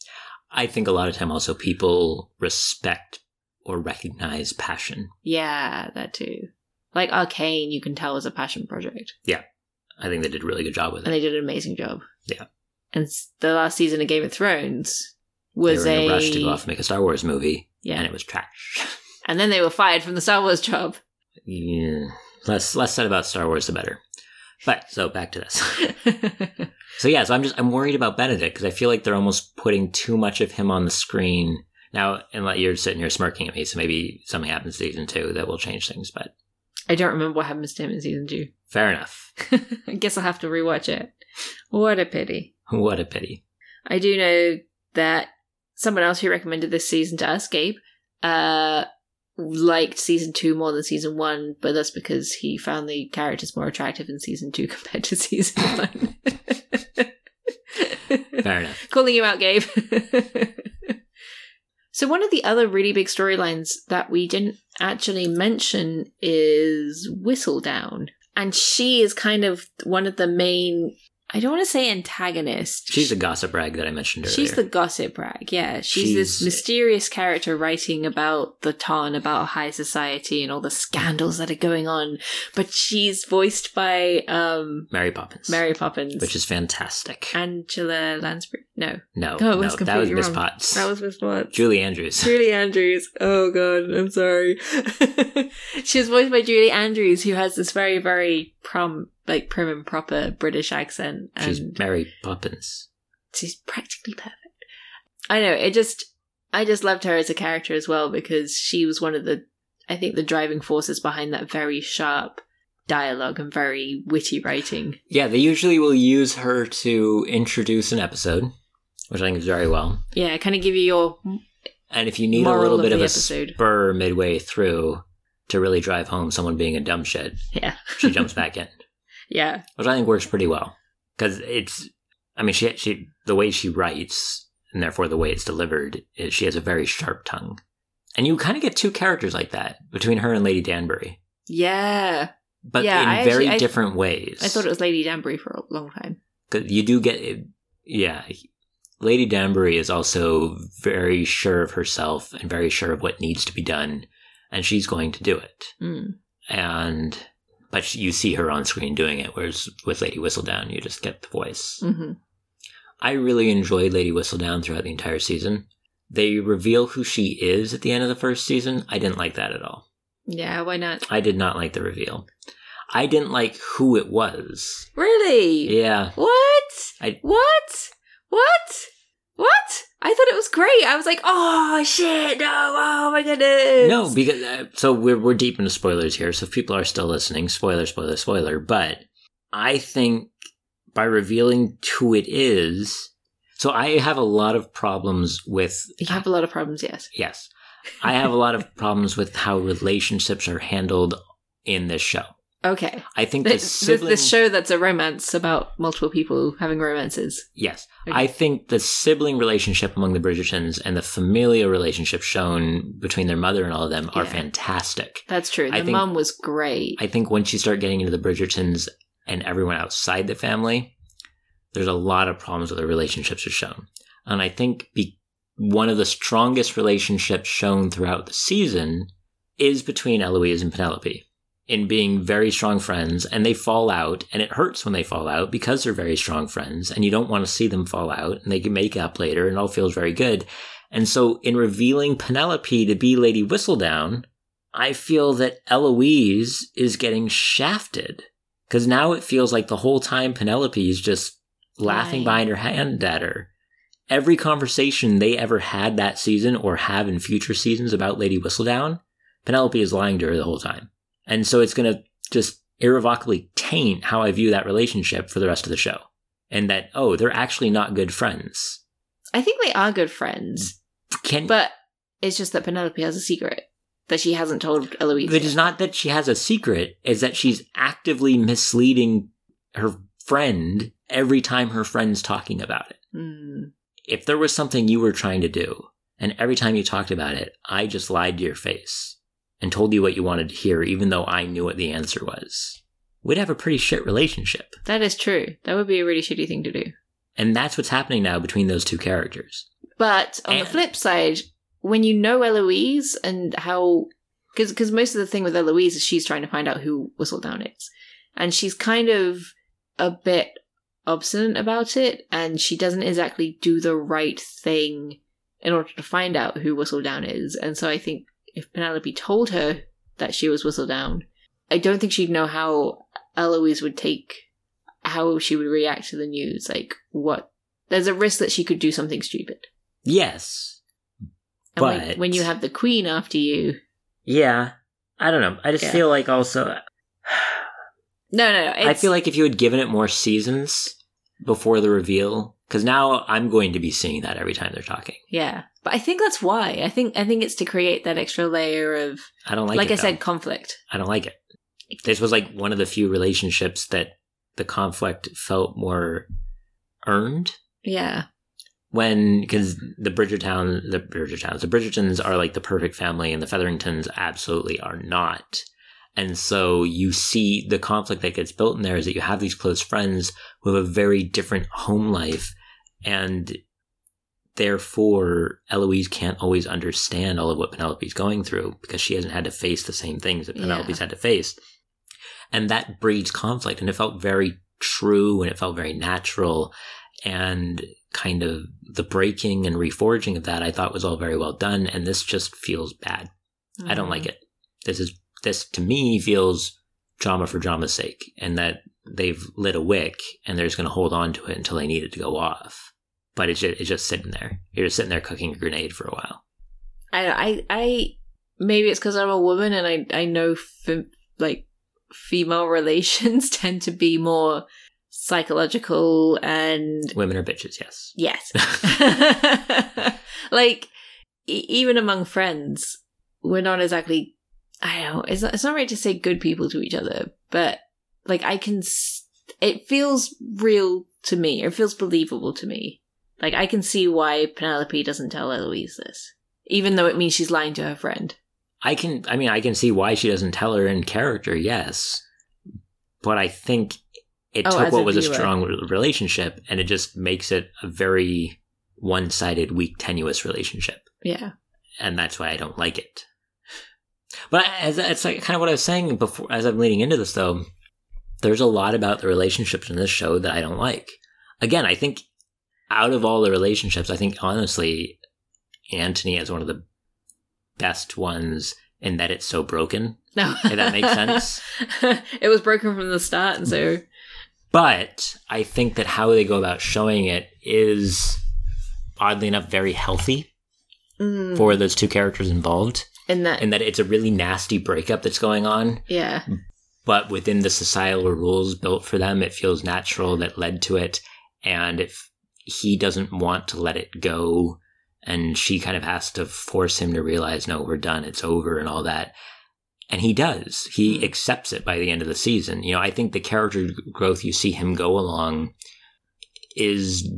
B: I think a lot of time also people respect or recognize passion.
A: Yeah, that too. Like Arcane, you can tell is a passion project,
B: I think they did a really good job with
A: and
B: it.
A: they did an amazing job.
B: Yeah.
A: And s- the last season of Game of Thrones
B: They
A: was
B: were
A: a,
B: in a rush to go off and make a Star Wars movie,
A: yeah,
B: and it was trash.
A: and then they were fired from the Star Wars job.
B: yeah. Less less said about Star Wars, the better. But so back to this. So yeah, so I'm just I'm worried about Benedict because I feel like they're almost putting too much of him on the screen now. And like you're sitting here smirking at me, so maybe something happens season two that will change things. But
A: I don't remember what happens to him in season two.
B: fair enough.
A: I guess I'll have to rewatch it. What a pity.
B: What a pity.
A: I do know that someone else who recommended this season to us, Gabe, uh, liked season two more than season one, but that's because he found the characters more attractive in season two compared to season one.
B: Fair enough.
A: Calling you out, Gabe. so, one of the other really big storylines that we didn't actually mention is Whistledown. And she is kind of one of the main, I don't want to say antagonist.
B: She's a gossip rag that I mentioned earlier.
A: She's the gossip rag, yeah. She's, this
B: She's-
A: mysterious character writing about the ton, about high society and all the scandals that are going on. But she's voiced by um,
B: Mary Poppins,
A: Mary Poppins.
B: which is fantastic.
A: Angela Lansbury. No,
B: no,
A: Oh,
B: no,
A: that's
B: that was
A: completely
B: Miss
A: wrong.
B: Potts.
A: that was Miss Watts.
B: Julie Andrews.
A: Julie Andrews. Oh god, I'm sorry. she was voiced by Julie Andrews, who has this very, very prom, like prim and proper British accent, and
B: She's Mary Poppins.
A: she's practically perfect. I know. It just, I just loved her as a character as well because she was one of the, I think, the driving forces behind that very sharp dialogue and very witty writing.
B: Yeah, they usually will use her to introduce an episode, which I think is very well.
A: Yeah, kind of give you your
B: And if you need
A: Moral
B: a little
A: of
B: bit of
A: the
B: a
A: episode.
B: spur midway through to really drive home someone being a dumb shit,
A: yeah,
B: she jumps back in,
A: yeah,
B: which I think works pretty well because it's. I mean, she she the way she writes and therefore the way it's delivered is she has a very sharp tongue, and you kind of get two characters like that between her and Lady Danbury,
A: yeah.
B: but
A: Yeah,
B: in
A: I
B: very
A: actually- I-
B: different ways.
A: I thought it was Lady Danbury for a long time.
B: 'Cause you do get, yeah. Lady Danbury is also very sure of herself and very sure of what needs to be done, and she's going to do it.
A: Mm.
B: and but sh- you see her on screen doing it whereas with lady whistledown you just get the voice
A: hmm
B: i really enjoyed lady whistledown throughout the entire season they reveal who she is at the end of the first season i didn't like that at all
A: Yeah, why not?
B: i did not like the reveal i didn't like who it was
A: Really?
B: yeah
A: What?
B: I-
A: What? What? What? I thought it was great. I was like, oh shit, no, oh my goodness.
B: no because uh, so we're, we're deep into spoilers here so if people are still listening spoiler spoiler spoiler but i think by revealing who it is so i have a lot of problems with
A: You have a lot of problems, yes.
B: Yes. I have a lot of problems with how relationships are handled in this show.
A: Okay.
B: I think the
A: This, this,
B: sibling
A: this show that's a romance about multiple people having romances.
B: Yes.
A: Okay.
B: I think the sibling relationship among the Bridgertons and the familial relationship shown between their mother and all of them are
A: Yeah.
B: fantastic.
A: That's true.
B: I
A: The
B: think-
A: mum was great.
B: I think once you start getting into the Bridgertons and everyone outside the family, there's a lot of problems with the relationships are shown. And I think be- one of the strongest relationships shown throughout the season is between Eloise and Penelope. in being very strong friends and they fall out and it hurts when they fall out because they're very strong friends and you don't want to see them fall out and they can make up later and it all feels very good. And so in revealing Penelope to be Lady Whistledown, I feel that Eloise is getting shafted because now it feels like the whole time Penelope is just laughing
A: Right.
B: behind her hand at her. Every conversation they ever had that season or have in future seasons about Lady Whistledown, Penelope is lying to her the whole time. And so it's going to just irrevocably taint how I view that relationship for the rest of the show. And that, oh, they're actually not good friends.
A: I think they are good friends,
B: Can,
A: but it's just that Penelope has a secret that she hasn't told Eloise.
B: It
A: yet.
B: is not that she has a secret, is that she's actively misleading her friend every time her friend's talking about it.
A: Hmm.
B: If there was something you were trying to do, and every time you talked about it, I just lied to your face and told you what you wanted to hear, even though I knew what the answer was, we'd have a pretty shit relationship.
A: That is true. That would be a really shitty thing to do.
B: And that's what's happening now between those two characters.
A: But on
B: And-
A: the flip side, when you know Eloise and how, because most of the thing with Eloise is she's trying to find out who Whistledown is, and she's kind of a bit obstinate about it, and she doesn't exactly do the right thing in order to find out who Whistledown is, and so I think if Penelope told her that she was Whistledown, I don't think she'd know how Eloise would take how she would react to the news, like what. There's a risk that she could do something stupid.
B: Yes.
A: And when-
B: But-
A: when you have the queen after you,
B: Yeah. I don't know. I just
A: Yeah.
B: feel like also
A: no, no, no
B: I feel like if you had given it more seasons before the reveal, because now I'm going to be seeing that every time they're talking.
A: yeah. But I think that's why. I think I think it's to create that extra layer of,
B: I don't like,
A: like,
B: it.
A: I
B: though.
A: said, conflict.
B: I don't like it. This was like one of the few relationships that the conflict felt more earned
A: Yeah,
B: when because the Bridgertown, the Bridgertowns, the Bridgertons are like the perfect family, and the Featheringtons absolutely are not. And so you see the conflict that gets built in there is that you have these close friends who have a very different home life, and therefore Eloise can't always understand all of what Penelope's going through because she hasn't had to face the same things that
A: Yeah.
B: Penelope's had to face, and that breeds conflict. And it felt very true, and it felt very natural, and kind of the breaking and reforging of that I thought was all very well done and this just feels bad. I don't
A: Mm-hmm.
B: like it. This is this to me feels drama for drama's sake and that they've lit a wick and they're just going to hold on to it until they need it to go off. But it's just, it's just sitting there. You're just sitting there cooking a grenade for a while.
A: I, I, I maybe it's because I'm a woman and I, I know fem- like female relations tend to be more psychological and
B: Women are bitches, yes.
A: Yes. like e- even among friends, we're not exactly. I don't. know, It's not, it's not right to say good people to each other, but like I can. s- It feels real to me. It feels believable to me. Like I can see why Penelope doesn't tell Eloise this, even though it means she's lying to her friend.
B: I can, I mean, I can see why she doesn't tell her in character, yes. But I think it
A: Oh,
B: took
A: as
B: what
A: a
B: was a
A: viewer.
B: strong re- relationship and it just makes it a very one sided, weak, tenuous relationship.
A: Yeah.
B: And that's why I don't like it. But as, it's like kind of what I was saying before, as I'm leading into this though, there's a lot about the relationships in this show that I don't like. Again, I think out of all the relationships, I think honestly, Anthony is one of the best ones in that it's so broken.
A: No.
B: If that makes sense. Mm.
A: it was broken from the start, and so
B: But I think that how they go about showing it is oddly enough very healthy
A: mm,
B: for those two characters involved,
A: in that.
B: and that it's a really nasty breakup that's going on.
A: yeah.
B: But within the societal rules built for them, it feels natural that led to it. And if he doesn't want to let it go, and she kind of has to force him to realize, no, we're done, it's over, and all that. And he does. He
A: Hmm.
B: accepts it by the end of the season. You know, I think the character growth you see him go along is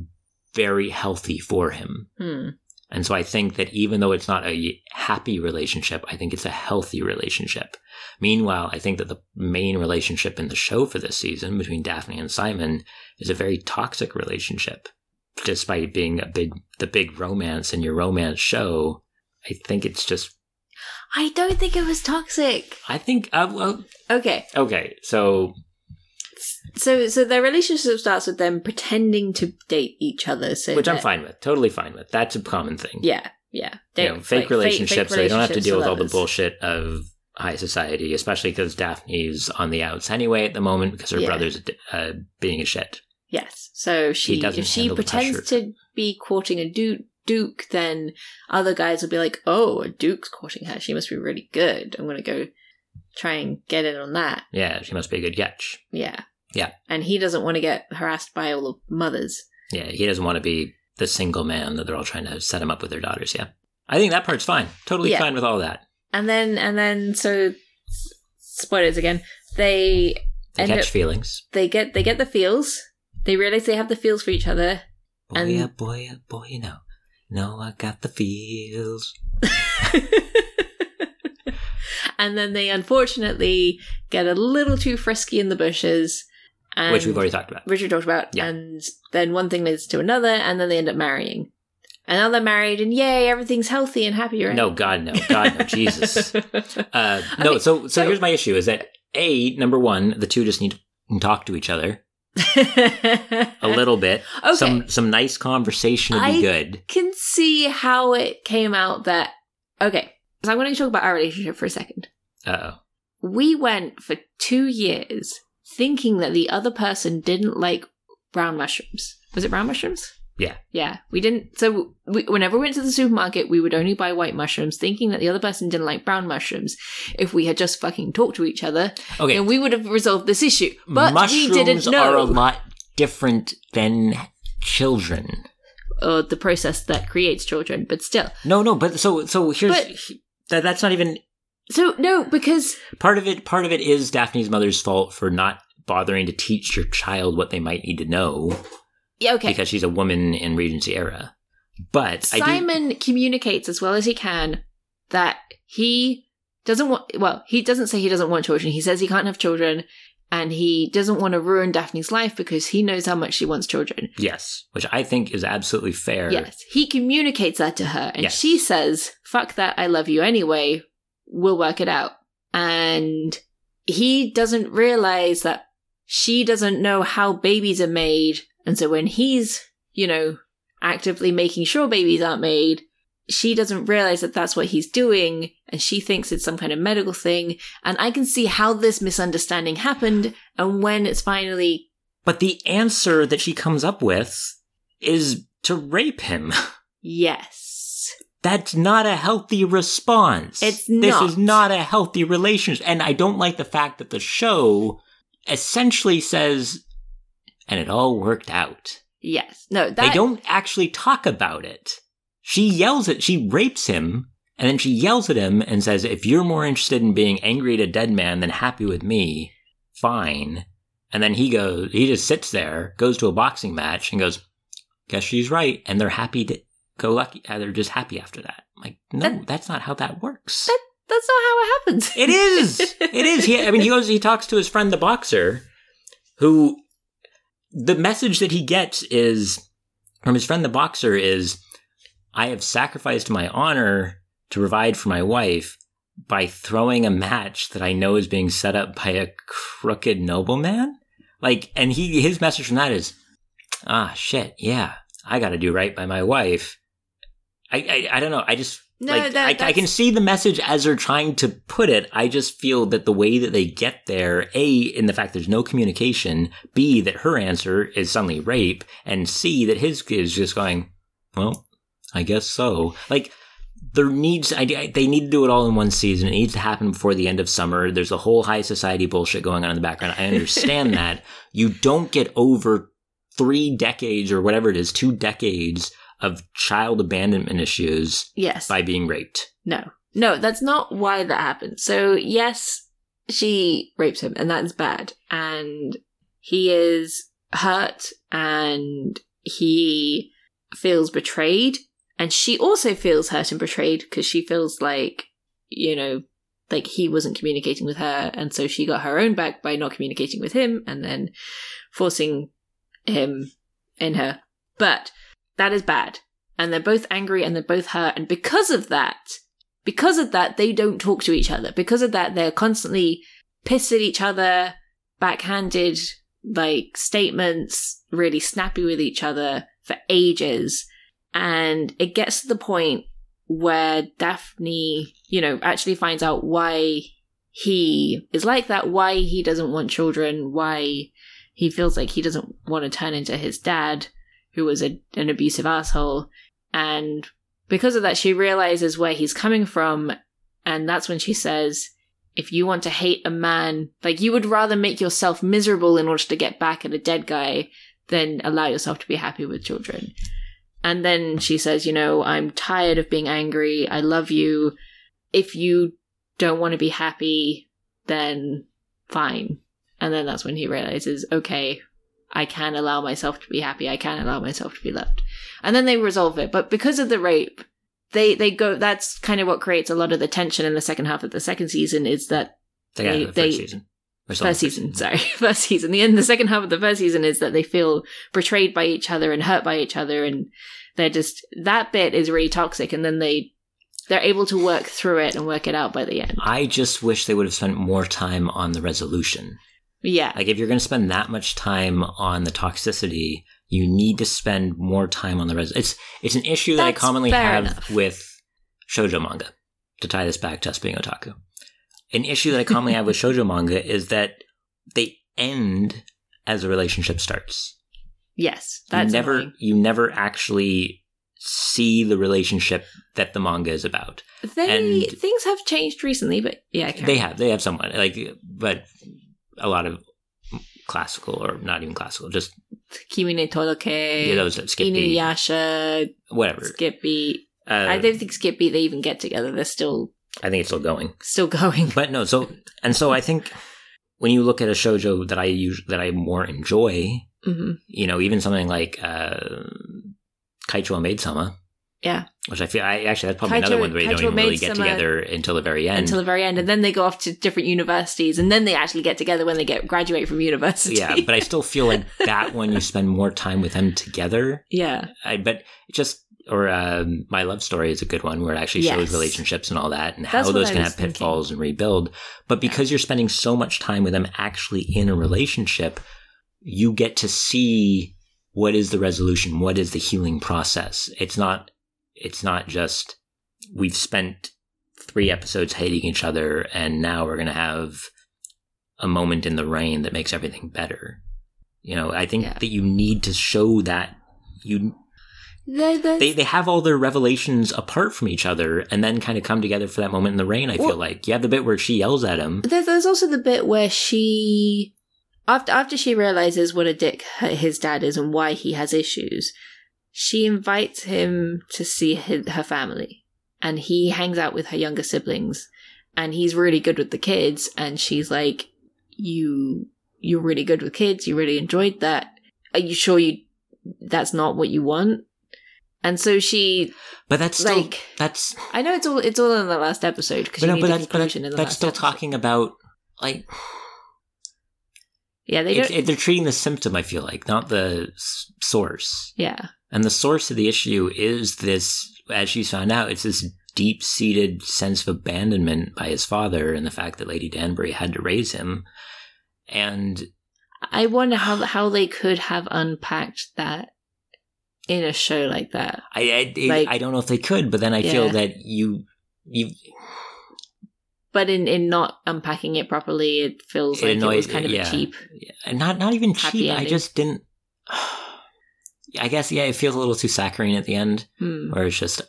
B: very healthy for him.
A: Hmm.
B: And so I think that even though it's not a happy relationship, I think it's a healthy relationship. Meanwhile, I think that the main relationship in the show for this season between Daphne and Simon is a very toxic relationship. Despite being a big, the big romance in your romance show, I think it's just
A: I don't think it was toxic.
B: I think. Uh, well,
A: Okay,
B: okay, so
A: so so their relationship starts with them pretending to date each other. So
B: which I'm
A: that-
B: fine with, totally fine with. That's a common thing.
A: Yeah, yeah.
B: you know,
A: Don't-
B: fake,
A: like,
B: relationships, so you don't have to
A: relationships
B: deal with all the
A: others.
B: bullshit of high society, especially because Daphne's on the outs anyway at the moment because her
A: Yeah.
B: brother's a d- uh, being a shit.
A: Yes. So she,
B: doesn't
A: if she
B: handle the
A: pretends
B: pressure.
A: to be courting a duke, duke, then other guys will be like, "Oh, a duke's courting her. She must be really good. I'm gonna go try and get in on that."
B: Yeah, she must be a good catch.
A: Yeah.
B: Yeah.
A: And he doesn't want to get harassed by all the mothers.
B: Yeah, he doesn't want to be the single man that they're all trying to set him up with their daughters. Yeah, I think that part's fine, totally
A: Yeah.
B: fine with all that.
A: And then, and then, so spoilers again. They
B: They
A: And
B: catch
A: it-
B: feelings.
A: they get they get the feels. They realize they have the feels for each other.
B: Boy,
A: and-
B: oh boy, oh boy, you know, no, I got the feels.
A: and then they unfortunately get a little too frisky in the bushes. And
B: which we've already talked about.
A: which we talked about.
B: Yeah.
A: And then one thing leads to another, and then they end up marrying. And now they're married, and yay, everything's healthy and happy, right?
B: No, God, no, God, no, Jesus. Uh,
A: I
B: no,
A: mean,
B: so, so
A: so-
B: here's my issue: is that a number one, the two just need to talk to each other a little bit.
A: Eh, Okay.
B: Some some nice conversation would be
A: I-
B: good.
A: Can see how it came out that. Okay, so I'm going to talk about our relationship for a second.
B: Uh oh.
A: We went for two years thinking that the other person didn't like brown mushrooms. Was it brown mushrooms?
B: Yeah.
A: Yeah. We didn't. So we, whenever we went to the supermarket, we would only buy white mushrooms, thinking that the other person didn't like brown mushrooms. If we had just fucking talked to each other,
B: Okay.
A: then we would have resolved this issue. But
B: Mushrooms
A: we didn't
B: are
A: know
B: a lot different than children.
A: uh, the process that creates children. But still,
B: No, no, but so so here's
A: But-
B: that, that's not even
A: so no, because
B: part of it. Part of it is Daphne's mother's fault for not bothering to teach your child what they might need to know
A: yeah, okay.
B: because she's a woman in Regency era. But I do,
A: Simon communicates as well as he can that he doesn't want, well, he doesn't say he doesn't want children. He says he can't have children and he doesn't want to ruin Daphne's life because he knows how much she wants children.
B: yes, which I think is absolutely fair.
A: Yes. He communicates that to her and
B: Yes.
A: she says, fuck that, I love you anyway. We'll work it out. And he doesn't realize that she doesn't know how babies are made. And so when he's, you know, actively making sure babies aren't made, she doesn't realize that that's what he's doing. And she thinks it's some kind of medical thing. And I can see how this misunderstanding happened. And when it's finally
B: But the answer that she comes up with is to rape him.
A: yes.
B: That's not a healthy response.
A: It's
B: This
A: not.
B: is not a healthy relationship. And I don't like the fact that the show essentially says, and it all worked out.
A: Yes. No, that
B: they don't actually talk about it. She yells at, she rapes him, and then she yells at him and says, if you're more interested in being angry at a dead man than happy with me, fine. And then he goes, he just sits there, goes to a boxing match, and goes, guess she's right. And they're happy to go lucky. uh, They're just happy after that. Like, no,
A: That-
B: that's not how that works.
A: That's not how it happens.
B: It is. It is. He, I mean, he goes. He talks to his friend, the boxer, who the message that he gets is from his friend, the boxer, is I have sacrificed my honor to provide for my wife by throwing a match that I know is being set up by a crooked nobleman. Like, and he his message from that is, ah, shit, yeah, I got to do right by my wife. I, I I don't know. I just
A: No,
B: like,
A: that-
B: I, I can
A: that's-
B: see the message as they're trying to put it. I just feel that the way that they get there, A, in the fact there's no communication, B, that her answer is suddenly rape, and C, that his is just going, well, I guess so. Like, there needs, I, I- they need to do it all in one season. It needs to happen before the end of summer. There's a whole high society bullshit going on in the background. I understand that. You don't get over three decades or whatever it is, two decades of child abandonment issues
A: Yes.
B: by being raped.
A: No. No, that's not why that happened. So, yes, she rapes him, and that's bad. And he is hurt, and he feels betrayed. And she also feels hurt and betrayed because she feels like, you know, like he wasn't communicating with her. And so she got her own back by not communicating with him and then forcing him in her. But that is bad. and they're both angry and they're both hurt. And because of that, Because of that, they don't talk to each other. Because of that, they're constantly pissed at each other, backhanded, like statements, really snappy with each other for ages. And it gets to the point where Daphne, you know, actually finds out why he is like that, why he doesn't want children, why he feels like he doesn't want to turn into his dad, who was a, an abusive asshole. And because of that, she realizes where he's coming from. And that's when she says, if you want to hate a man, like you would rather make yourself miserable in order to get back at a dead guy than allow yourself to be happy with children. And then she says, you know, I'm tired of being angry. I love you. If you don't want to be happy, then fine. And then that's when he realizes, okay, I can allow myself to be happy. I can allow myself to be loved. And then they resolve it. But because of the rape, they they go that's kind of what creates a lot of the tension in the second half of the second season is that
B: They got
A: They-
B: it the
A: they-
B: first season. Or something.
A: first season sorry first season the end the second half of the first season is that they feel betrayed by each other and hurt by each other and they're just that bit is really toxic and then they they're able to work through it and work it out by the end
B: I just wish they would have spent more time on the resolution.
A: yeah
B: Like, if you're going to spend that much time on the toxicity, you need to spend more time on the res. It's it's an issue that I
A: That's
B: commonly
A: fair
B: have
A: enough.
B: with shoujo manga. To tie this back to us being otaku, an issue that I commonly have with shoujo manga is that they end as a relationship starts.
A: yes that's
B: you never
A: annoying.
B: you never actually see the relationship that the manga is about.
A: they
B: and-
A: things have changed recently but yeah
B: They have they have someone like, but a lot of classical or not even classical, just
A: Kimi no Todoroke
B: yeah, those that skip beat,
A: Inuyasha
B: whatever.
A: Skippy
B: Uh,
A: I don't think Skippy they even get together they're still
B: I think it's still going,
A: still going
B: but no. So and so, I think when you look at a shojo that I use that I more enjoy,
A: hmm
B: you know, even something like uh, Kaichou Maid Sama.
A: Yeah.
B: Which I feel, I actually, that's probably another
A: Kaichou-
B: one where they don't
A: Kaichou
B: even really get
A: Maid-sama-
B: together until the very end.
A: until the very end, and then they go off to different universities, and then they actually get together when they get graduate from university.
B: yeah, but I still feel like that one you spend more time with them together.
A: yeah,
B: I but it just or um, my love story is a good one where it actually
A: Yes.
B: shows relationships and all that and
A: That's
B: how
A: what
B: those
A: I
B: can
A: was
B: have pitfalls and rebuild. But
A: Yeah.
B: because you're spending so much time with them actually in a relationship, you get to see what is the resolution, what is the healing process. It's not it's not just we've spent three episodes hating each other and now we're gonna have a moment in the rain that makes everything better. You know, I think
A: Yeah.
B: that you need to show that you
A: they,
B: they they have all their revelations apart from each other and then kind of come together for that moment in the rain. I feel
A: Well-
B: like you have the bit where she yells at him.
A: There, there's also the bit where she, after after she realizes what a dick her, his dad is and why he has issues, she invites him to see hi her family, and he hangs out with her younger siblings, and he's really good with the kids, and she's like, "You, you're really good with kids. You really enjoyed that. Are you sure you that's not what you want?" And so she,
B: But that's still
A: like,
B: that's
A: I know it's all it's all in the last episode because
B: but, no,
A: you need
B: but
A: the
B: that's but that's,
A: conclusion in the
B: that's
A: last
B: still
A: episode.
B: talking about like
A: Yeah, they
B: it's-
A: don't.
B: it- they're treating the symptom. I feel like not the s- source.
A: yeah,
B: And the source of the issue is this, as she's found out, it's this deep seated sense of abandonment by his father and the fact that Lady Danbury had to raise him. And
A: I wonder how how they could have unpacked that in a show like that.
B: I, I, it-
A: Like-
B: I don't know if they could, but then I feel
A: Yeah.
B: that you, you,
A: But in, in not unpacking it properly, it feels
B: It
A: like it
B: annoys-
A: was kind of
B: yeah.
A: a cheap.
B: and not, not even
A: Happy
B: cheap. I
A: ending.
B: just didn't, I guess, yeah, it feels a little too saccharine at the end.
A: Hmm.
B: or it's just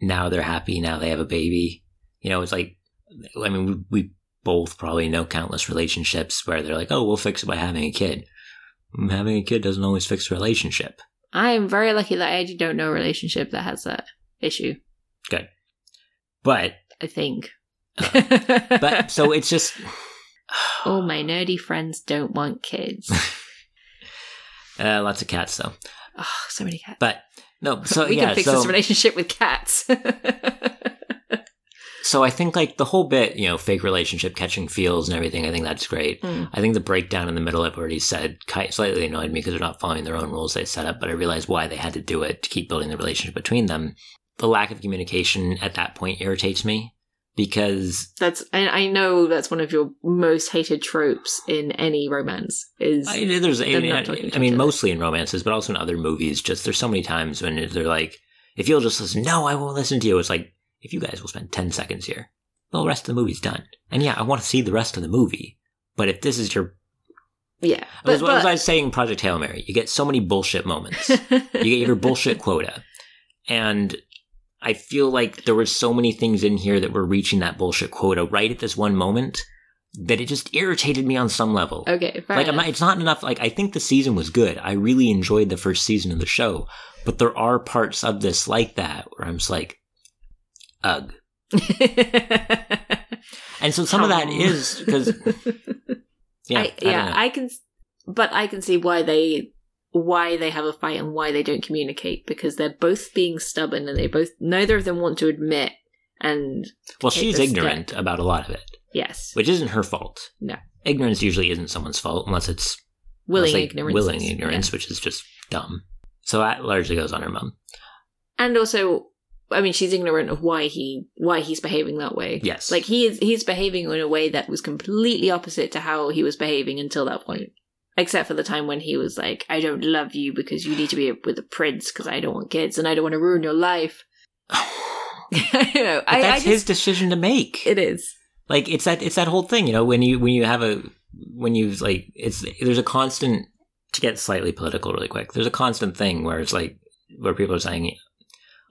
B: now they're happy now they have a baby you know it's like i mean we, we both probably know countless relationships where they're like oh we'll fix it by having a kid Mm, having a kid doesn't always fix a relationship
A: I am very lucky that I actually don't know a relationship that has that issue.
B: but
A: I think.
B: Oh. but so it's just
A: all my nerdy friends don't want kids.
B: uh, lots of cats though
A: oh, so many cats.
B: but no so
A: we
B: yeah
A: can fix
B: so
A: this relationship with cats.
B: so i think like the whole bit you know fake relationship catching feels and everything i think that's great
A: Hmm.
B: I think the breakdown in the middle I've already said ki- slightly annoyed me because they're not following their own rules they set up, but I realized why they had to do it to keep building the relationship between them. The lack of communication at that point irritates me. because
A: That's I, I know that's one of your most hated tropes in any romance. Is
B: I, there's, I,
A: Them not talking
B: I,
A: to
B: I mean,
A: each other.
B: mostly in romances, but also in other movies. Just there's so many times when they're like, if you'll just listen, no, I won't listen to you. It's like, if you guys will spend 10 seconds here, the rest of the movie's done. And yeah, I want to see the rest of the movie. But if this is your,
A: yeah,
B: but,
A: but,
B: as, I was saying, Project Hail Mary, you get so many bullshit moments. you
A: but-
B: get your bullshit quota. And I feel like there were so many things in here that were reaching that bullshit quota right at this one moment that it just irritated me on some level
A: Okay, fair
B: like I'm
A: enough.
B: not, it's not enough like i think the season was good i really enjoyed the first season of the show but there are parts of this like that where i'm just like ugh and so some of that
A: Hum.
B: is because yeah
A: Oh. Um, I,
B: I,
A: yeah,
B: don't know.
A: I can, s- but I can see why they why they have a fight and why they don't communicate because they're both being stubborn and they both neither of them want to admit. And
B: well
A: take
B: she's
A: the
B: ignorant about a lot of it
A: yes,
B: which isn't her fault
A: No.
B: ignorance usually isn't someone's fault unless it's
A: willing
B: unless they-
A: ignorance,
B: willing
A: is-
B: ignorance which is just dumb so that largely goes on her mom
A: yeah. and also, I mean, she's ignorant of why he why he's behaving that way.
B: yes
A: Like he is he's behaving in a way that was completely opposite to how he was behaving until that point. Except for the time when he was like, I don't love you because you need to be with a prince because I don't want kids and I don't want to ruin your life. I know.
B: But
A: I,
B: that's
A: I just,
B: his decision to make
A: it is.
B: like it's that it's that whole thing you know when you when you have a when you like it's there's a constant to get slightly political really quick there's a constant thing where it's like where people are saying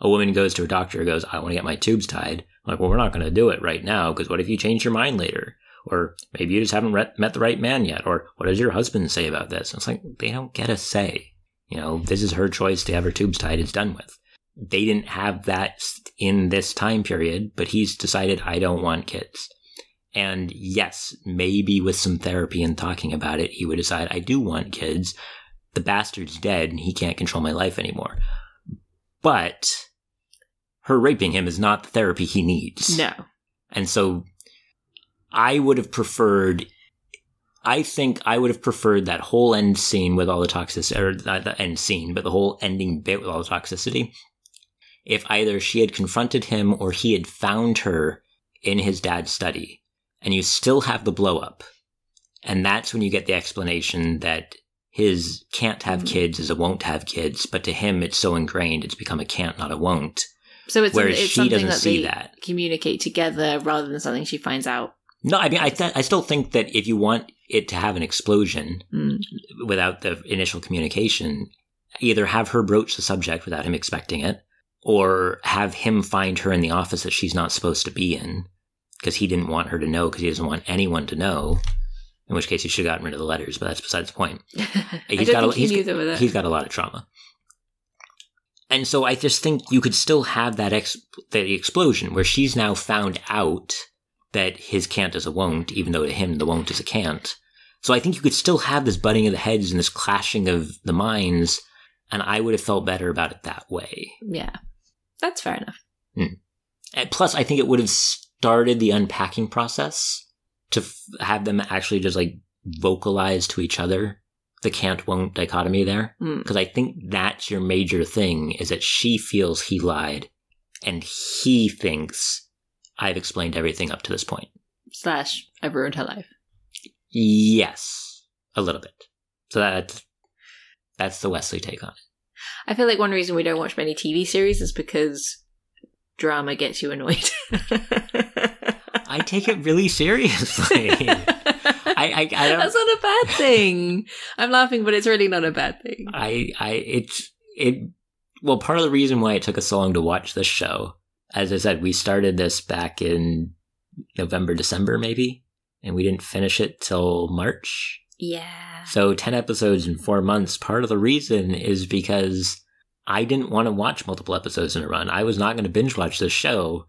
B: a woman goes to a doctor goes i want to get my tubes tied I'm like well we're not going to do it right now because what if you change your mind later or maybe you just haven't re- met the right man yet or what does your husband say about this and it's like they don't get a say you know this is her choice to have her tubes tied it's done with they didn't have that in this time period but he's decided i don't want kids and yes, maybe with some therapy and talking about it, he would decide, I do want kids. The bastard's dead and he can't control my life anymore. But her raping him is not the therapy he needs.
A: No.
B: And so I would have preferred, I think I would have preferred that whole end scene with all the toxicity, or not the end scene, but the whole ending bit with all the toxicity. If either she had confronted him or he had found her in his dad's study, and you still have the blow up. And that's when you get the explanation that his can't have
A: Mhm.
B: kids is a won't have kids, but to him it's so ingrained it's become a can't, not a won't.
A: So it's,
B: Whereas
A: it's
B: she
A: something
B: doesn't
A: that
B: see
A: they
B: that.
A: communicate together rather than something she finds out.
B: No, I mean, I, th- I still think that if you want it to have an explosion
A: Mm.
B: without the initial communication, either have her broach the subject without him expecting it, or have him find her in the office that she's not supposed to be in because he didn't want her to know because he doesn't want anyone to know. In which case, he should have gotten rid of the letters, but that's besides the point.
A: I
B: He's
A: don't
B: got a-
A: think he
B: he's-
A: knew there were that.
B: He's got a lot of trauma. And so I just think you could still have that ex- the explosion where she's now found out that his can't is a won't, even though to him the won't is a can't. So I think you could still have this butting of the heads and this clashing of the minds, and I would have felt better about it that way.
A: Yeah. That's fair enough.
B: And plus, I think it would have started the unpacking process to f- have them actually just like vocalize to each other the can't won't dichotomy there.
A: Mm.
B: Because I think that's your major thing is that she feels he lied and he thinks I've explained everything up to this point.
A: Slash, I've ruined her life.
B: Yes, a little bit. So that that's the Wesley take on it.
A: I feel like one reason we don't watch many TV series is because drama gets you annoyed.
B: I take it really seriously. I, I, I don't
A: That's not a bad thing. I'm laughing, but it's really not a bad thing.
B: I, I, it's, it, well, part of the reason why it took us so long to watch this show, as I said, we started this back in November, December, maybe, and we didn't finish it till March.
A: Yeah.
B: So 10 episodes in four months. Part of the reason is because I didn't want to watch multiple episodes in a run. I was not going to binge watch this show.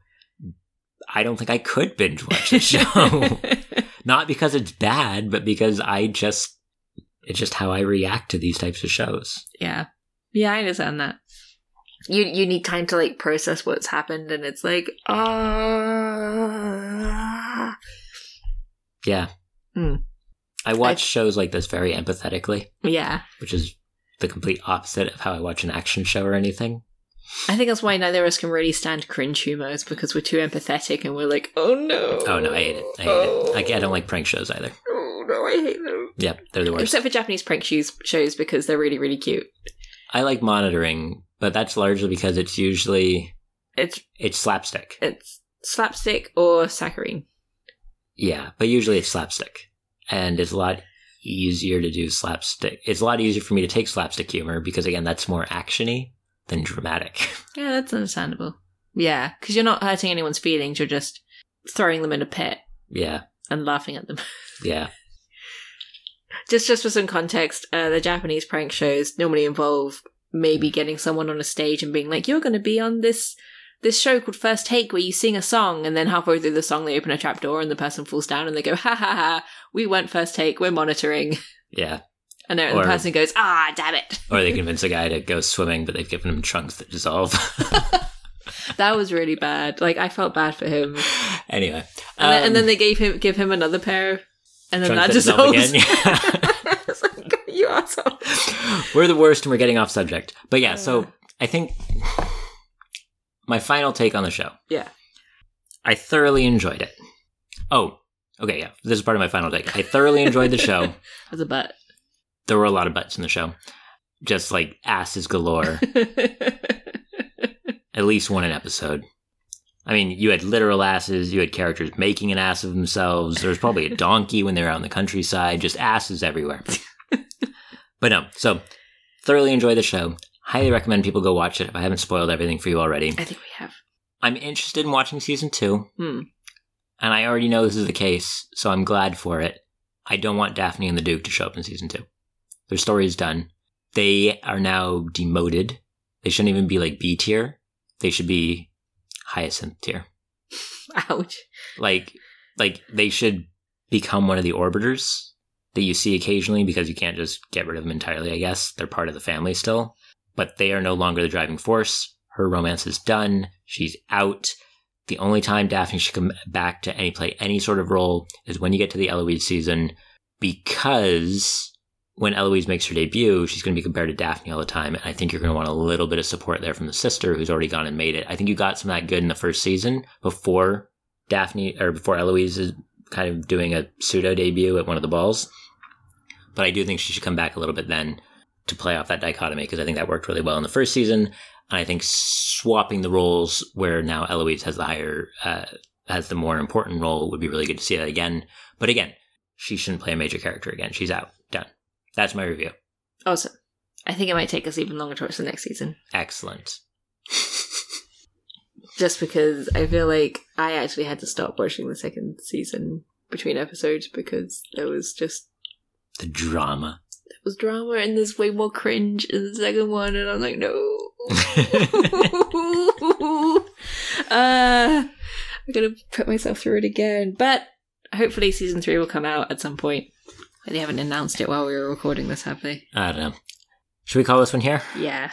B: I don't think I could binge watch this show. not because it's bad, but because I just, it's just how I react to these types of shows.
A: yeah. Yeah, I understand that. You you need time to like process what's happened and it's like ah.
B: Yeah.
A: Mm.
B: I watch shows like this very empathetically,
A: yeah.
B: which is the complete opposite of how I watch an action show or anything.
A: I think that's why neither of us can really stand cringe humor is because we're too empathetic and we're like, oh no.
B: Oh no, I hate it. I hate it. I, I don't like prank shows either.
A: Oh no, I hate them.
B: Yep, they're the worst.
A: Except for Japanese prank shoes, shows because they're really, really cute.
B: I like monitoring, but that's largely because it's usually
A: It's
B: it's slapstick.
A: it's slapstick or saccharine.
B: Yeah, but usually it's slapstick, and it's a lot easier to do slapstick. It's a lot easier for me to take slapstick humor because again, that's more actiony than dramatic.
A: Yeah, that's understandable. Yeah, because you're not hurting anyone's feelings, you're just throwing them in a pit
B: yeah,
A: and laughing at them.
B: yeah,
A: just just for some context, uh, the Japanese prank shows normally involve maybe getting someone on a stage and being like, "You're going to be on this this show called First Take, where you sing a song, and then halfway through the song, they open a trap door and the person falls down, and they go, "Ha ha ha! We weren't first take. We're monitoring."
B: yeah.
A: And then
B: Or-
A: the person goes, "Ah, damn it!
B: Or they convince a guy to go swimming, but they've given him trunks that dissolve.
A: That was really bad. Like I felt bad for him."
B: anyway,
A: And, then, and
B: um,
A: then they gave him give him another pair, of, and then
B: Trunks
A: that
B: that dissolve
A: dissolves.
B: again,
A: It's like, you asshole.
B: we're the worst and we're getting off subject. But yeah, so I think my final take on the show.
A: Yeah.
B: I thoroughly enjoyed it. Oh, okay, yeah. This is part of my final take. I thoroughly enjoyed the show.
A: As a butt.
B: There were a lot of butts in the show. Just like asses galore. At least one an episode. I mean, you had literal asses, you had characters making an ass of themselves. There was probably a donkey when they were out in the countryside, just asses everywhere. but no, so thoroughly enjoy the show. Highly recommend people go watch it if I haven't spoiled everything for you already.
A: I think we have.
B: I'm interested in watching season two,
A: Hmm.
B: and I already know this is the case, so I'm glad for it. I don't want Daphne and the Duke to show up in season two. Their story is done. They are now demoted. They shouldn't even be like B tier. They should be Hyacinth tier.
A: Ouch.
B: Like, like they should become one of the orbiters that you see occasionally because you can't just get rid of them entirely. I guess they're part of the family still, but they are no longer the driving force. Her romance is done. She's out. The only time Daphne should come back to any play any sort of role is when you get to the Eloise season, because when Eloise makes her debut, she's going to be compared to Daphne all the time, and I think you're going to want a little bit of support there from the sister who's already gone and made it. I think you got some of that good in the first season before Daphne or before Eloise is kind of doing a pseudo debut at one of the balls. But I do think she should come back a little bit then to play off that dichotomy because I think that worked really well in the first season. And I think swapping the roles where now Eloise has the higher, uh, has the more important role would be really good to see that again. But again, she shouldn't play a major character again. She's out. Done. That's my review.
A: Awesome. I think it might take us even longer to watch the next season.
B: Excellent.
A: Just because I feel like I actually had to stop watching the second season between episodes because there was just
B: The drama.
A: there was drama and there's way more cringe in the second one and I'm like, no uh, I'm gonna put myself through it again. But hopefully season three will come out at some point. They haven't announced it while we were recording this, have they?
B: I don't know. Should we call this one here?
A: Yeah.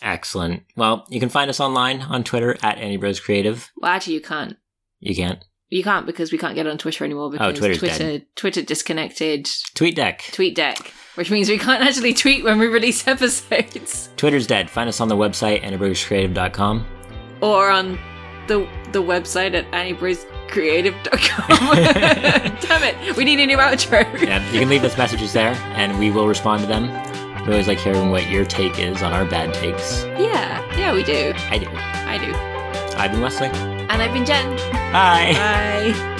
B: Excellent. Well, you can find us online on Twitter at AnyBrosCreative. Creative.
A: Well actually you can't.
B: You can't.
A: You can't because we can't get on Twitter anymore because
B: Twitter's
A: Twitter Twitter disconnected
B: Tweet deck.
A: tweet deck, which means we can't actually tweet when we release episodes
B: Twitter's dead. Find us on the website, anybroscreative.com.
A: or on the the website at anniebriscreative.com. Damn it, we need a new outro.
B: Yeah, you can leave us messages there and we will respond to them. We always like hearing what your take is on our bad takes.
A: Yeah, yeah, we do.
B: I do.
A: I do.
B: I've been Wesley.
A: And I've been Jen.
B: Bye.
A: Bye.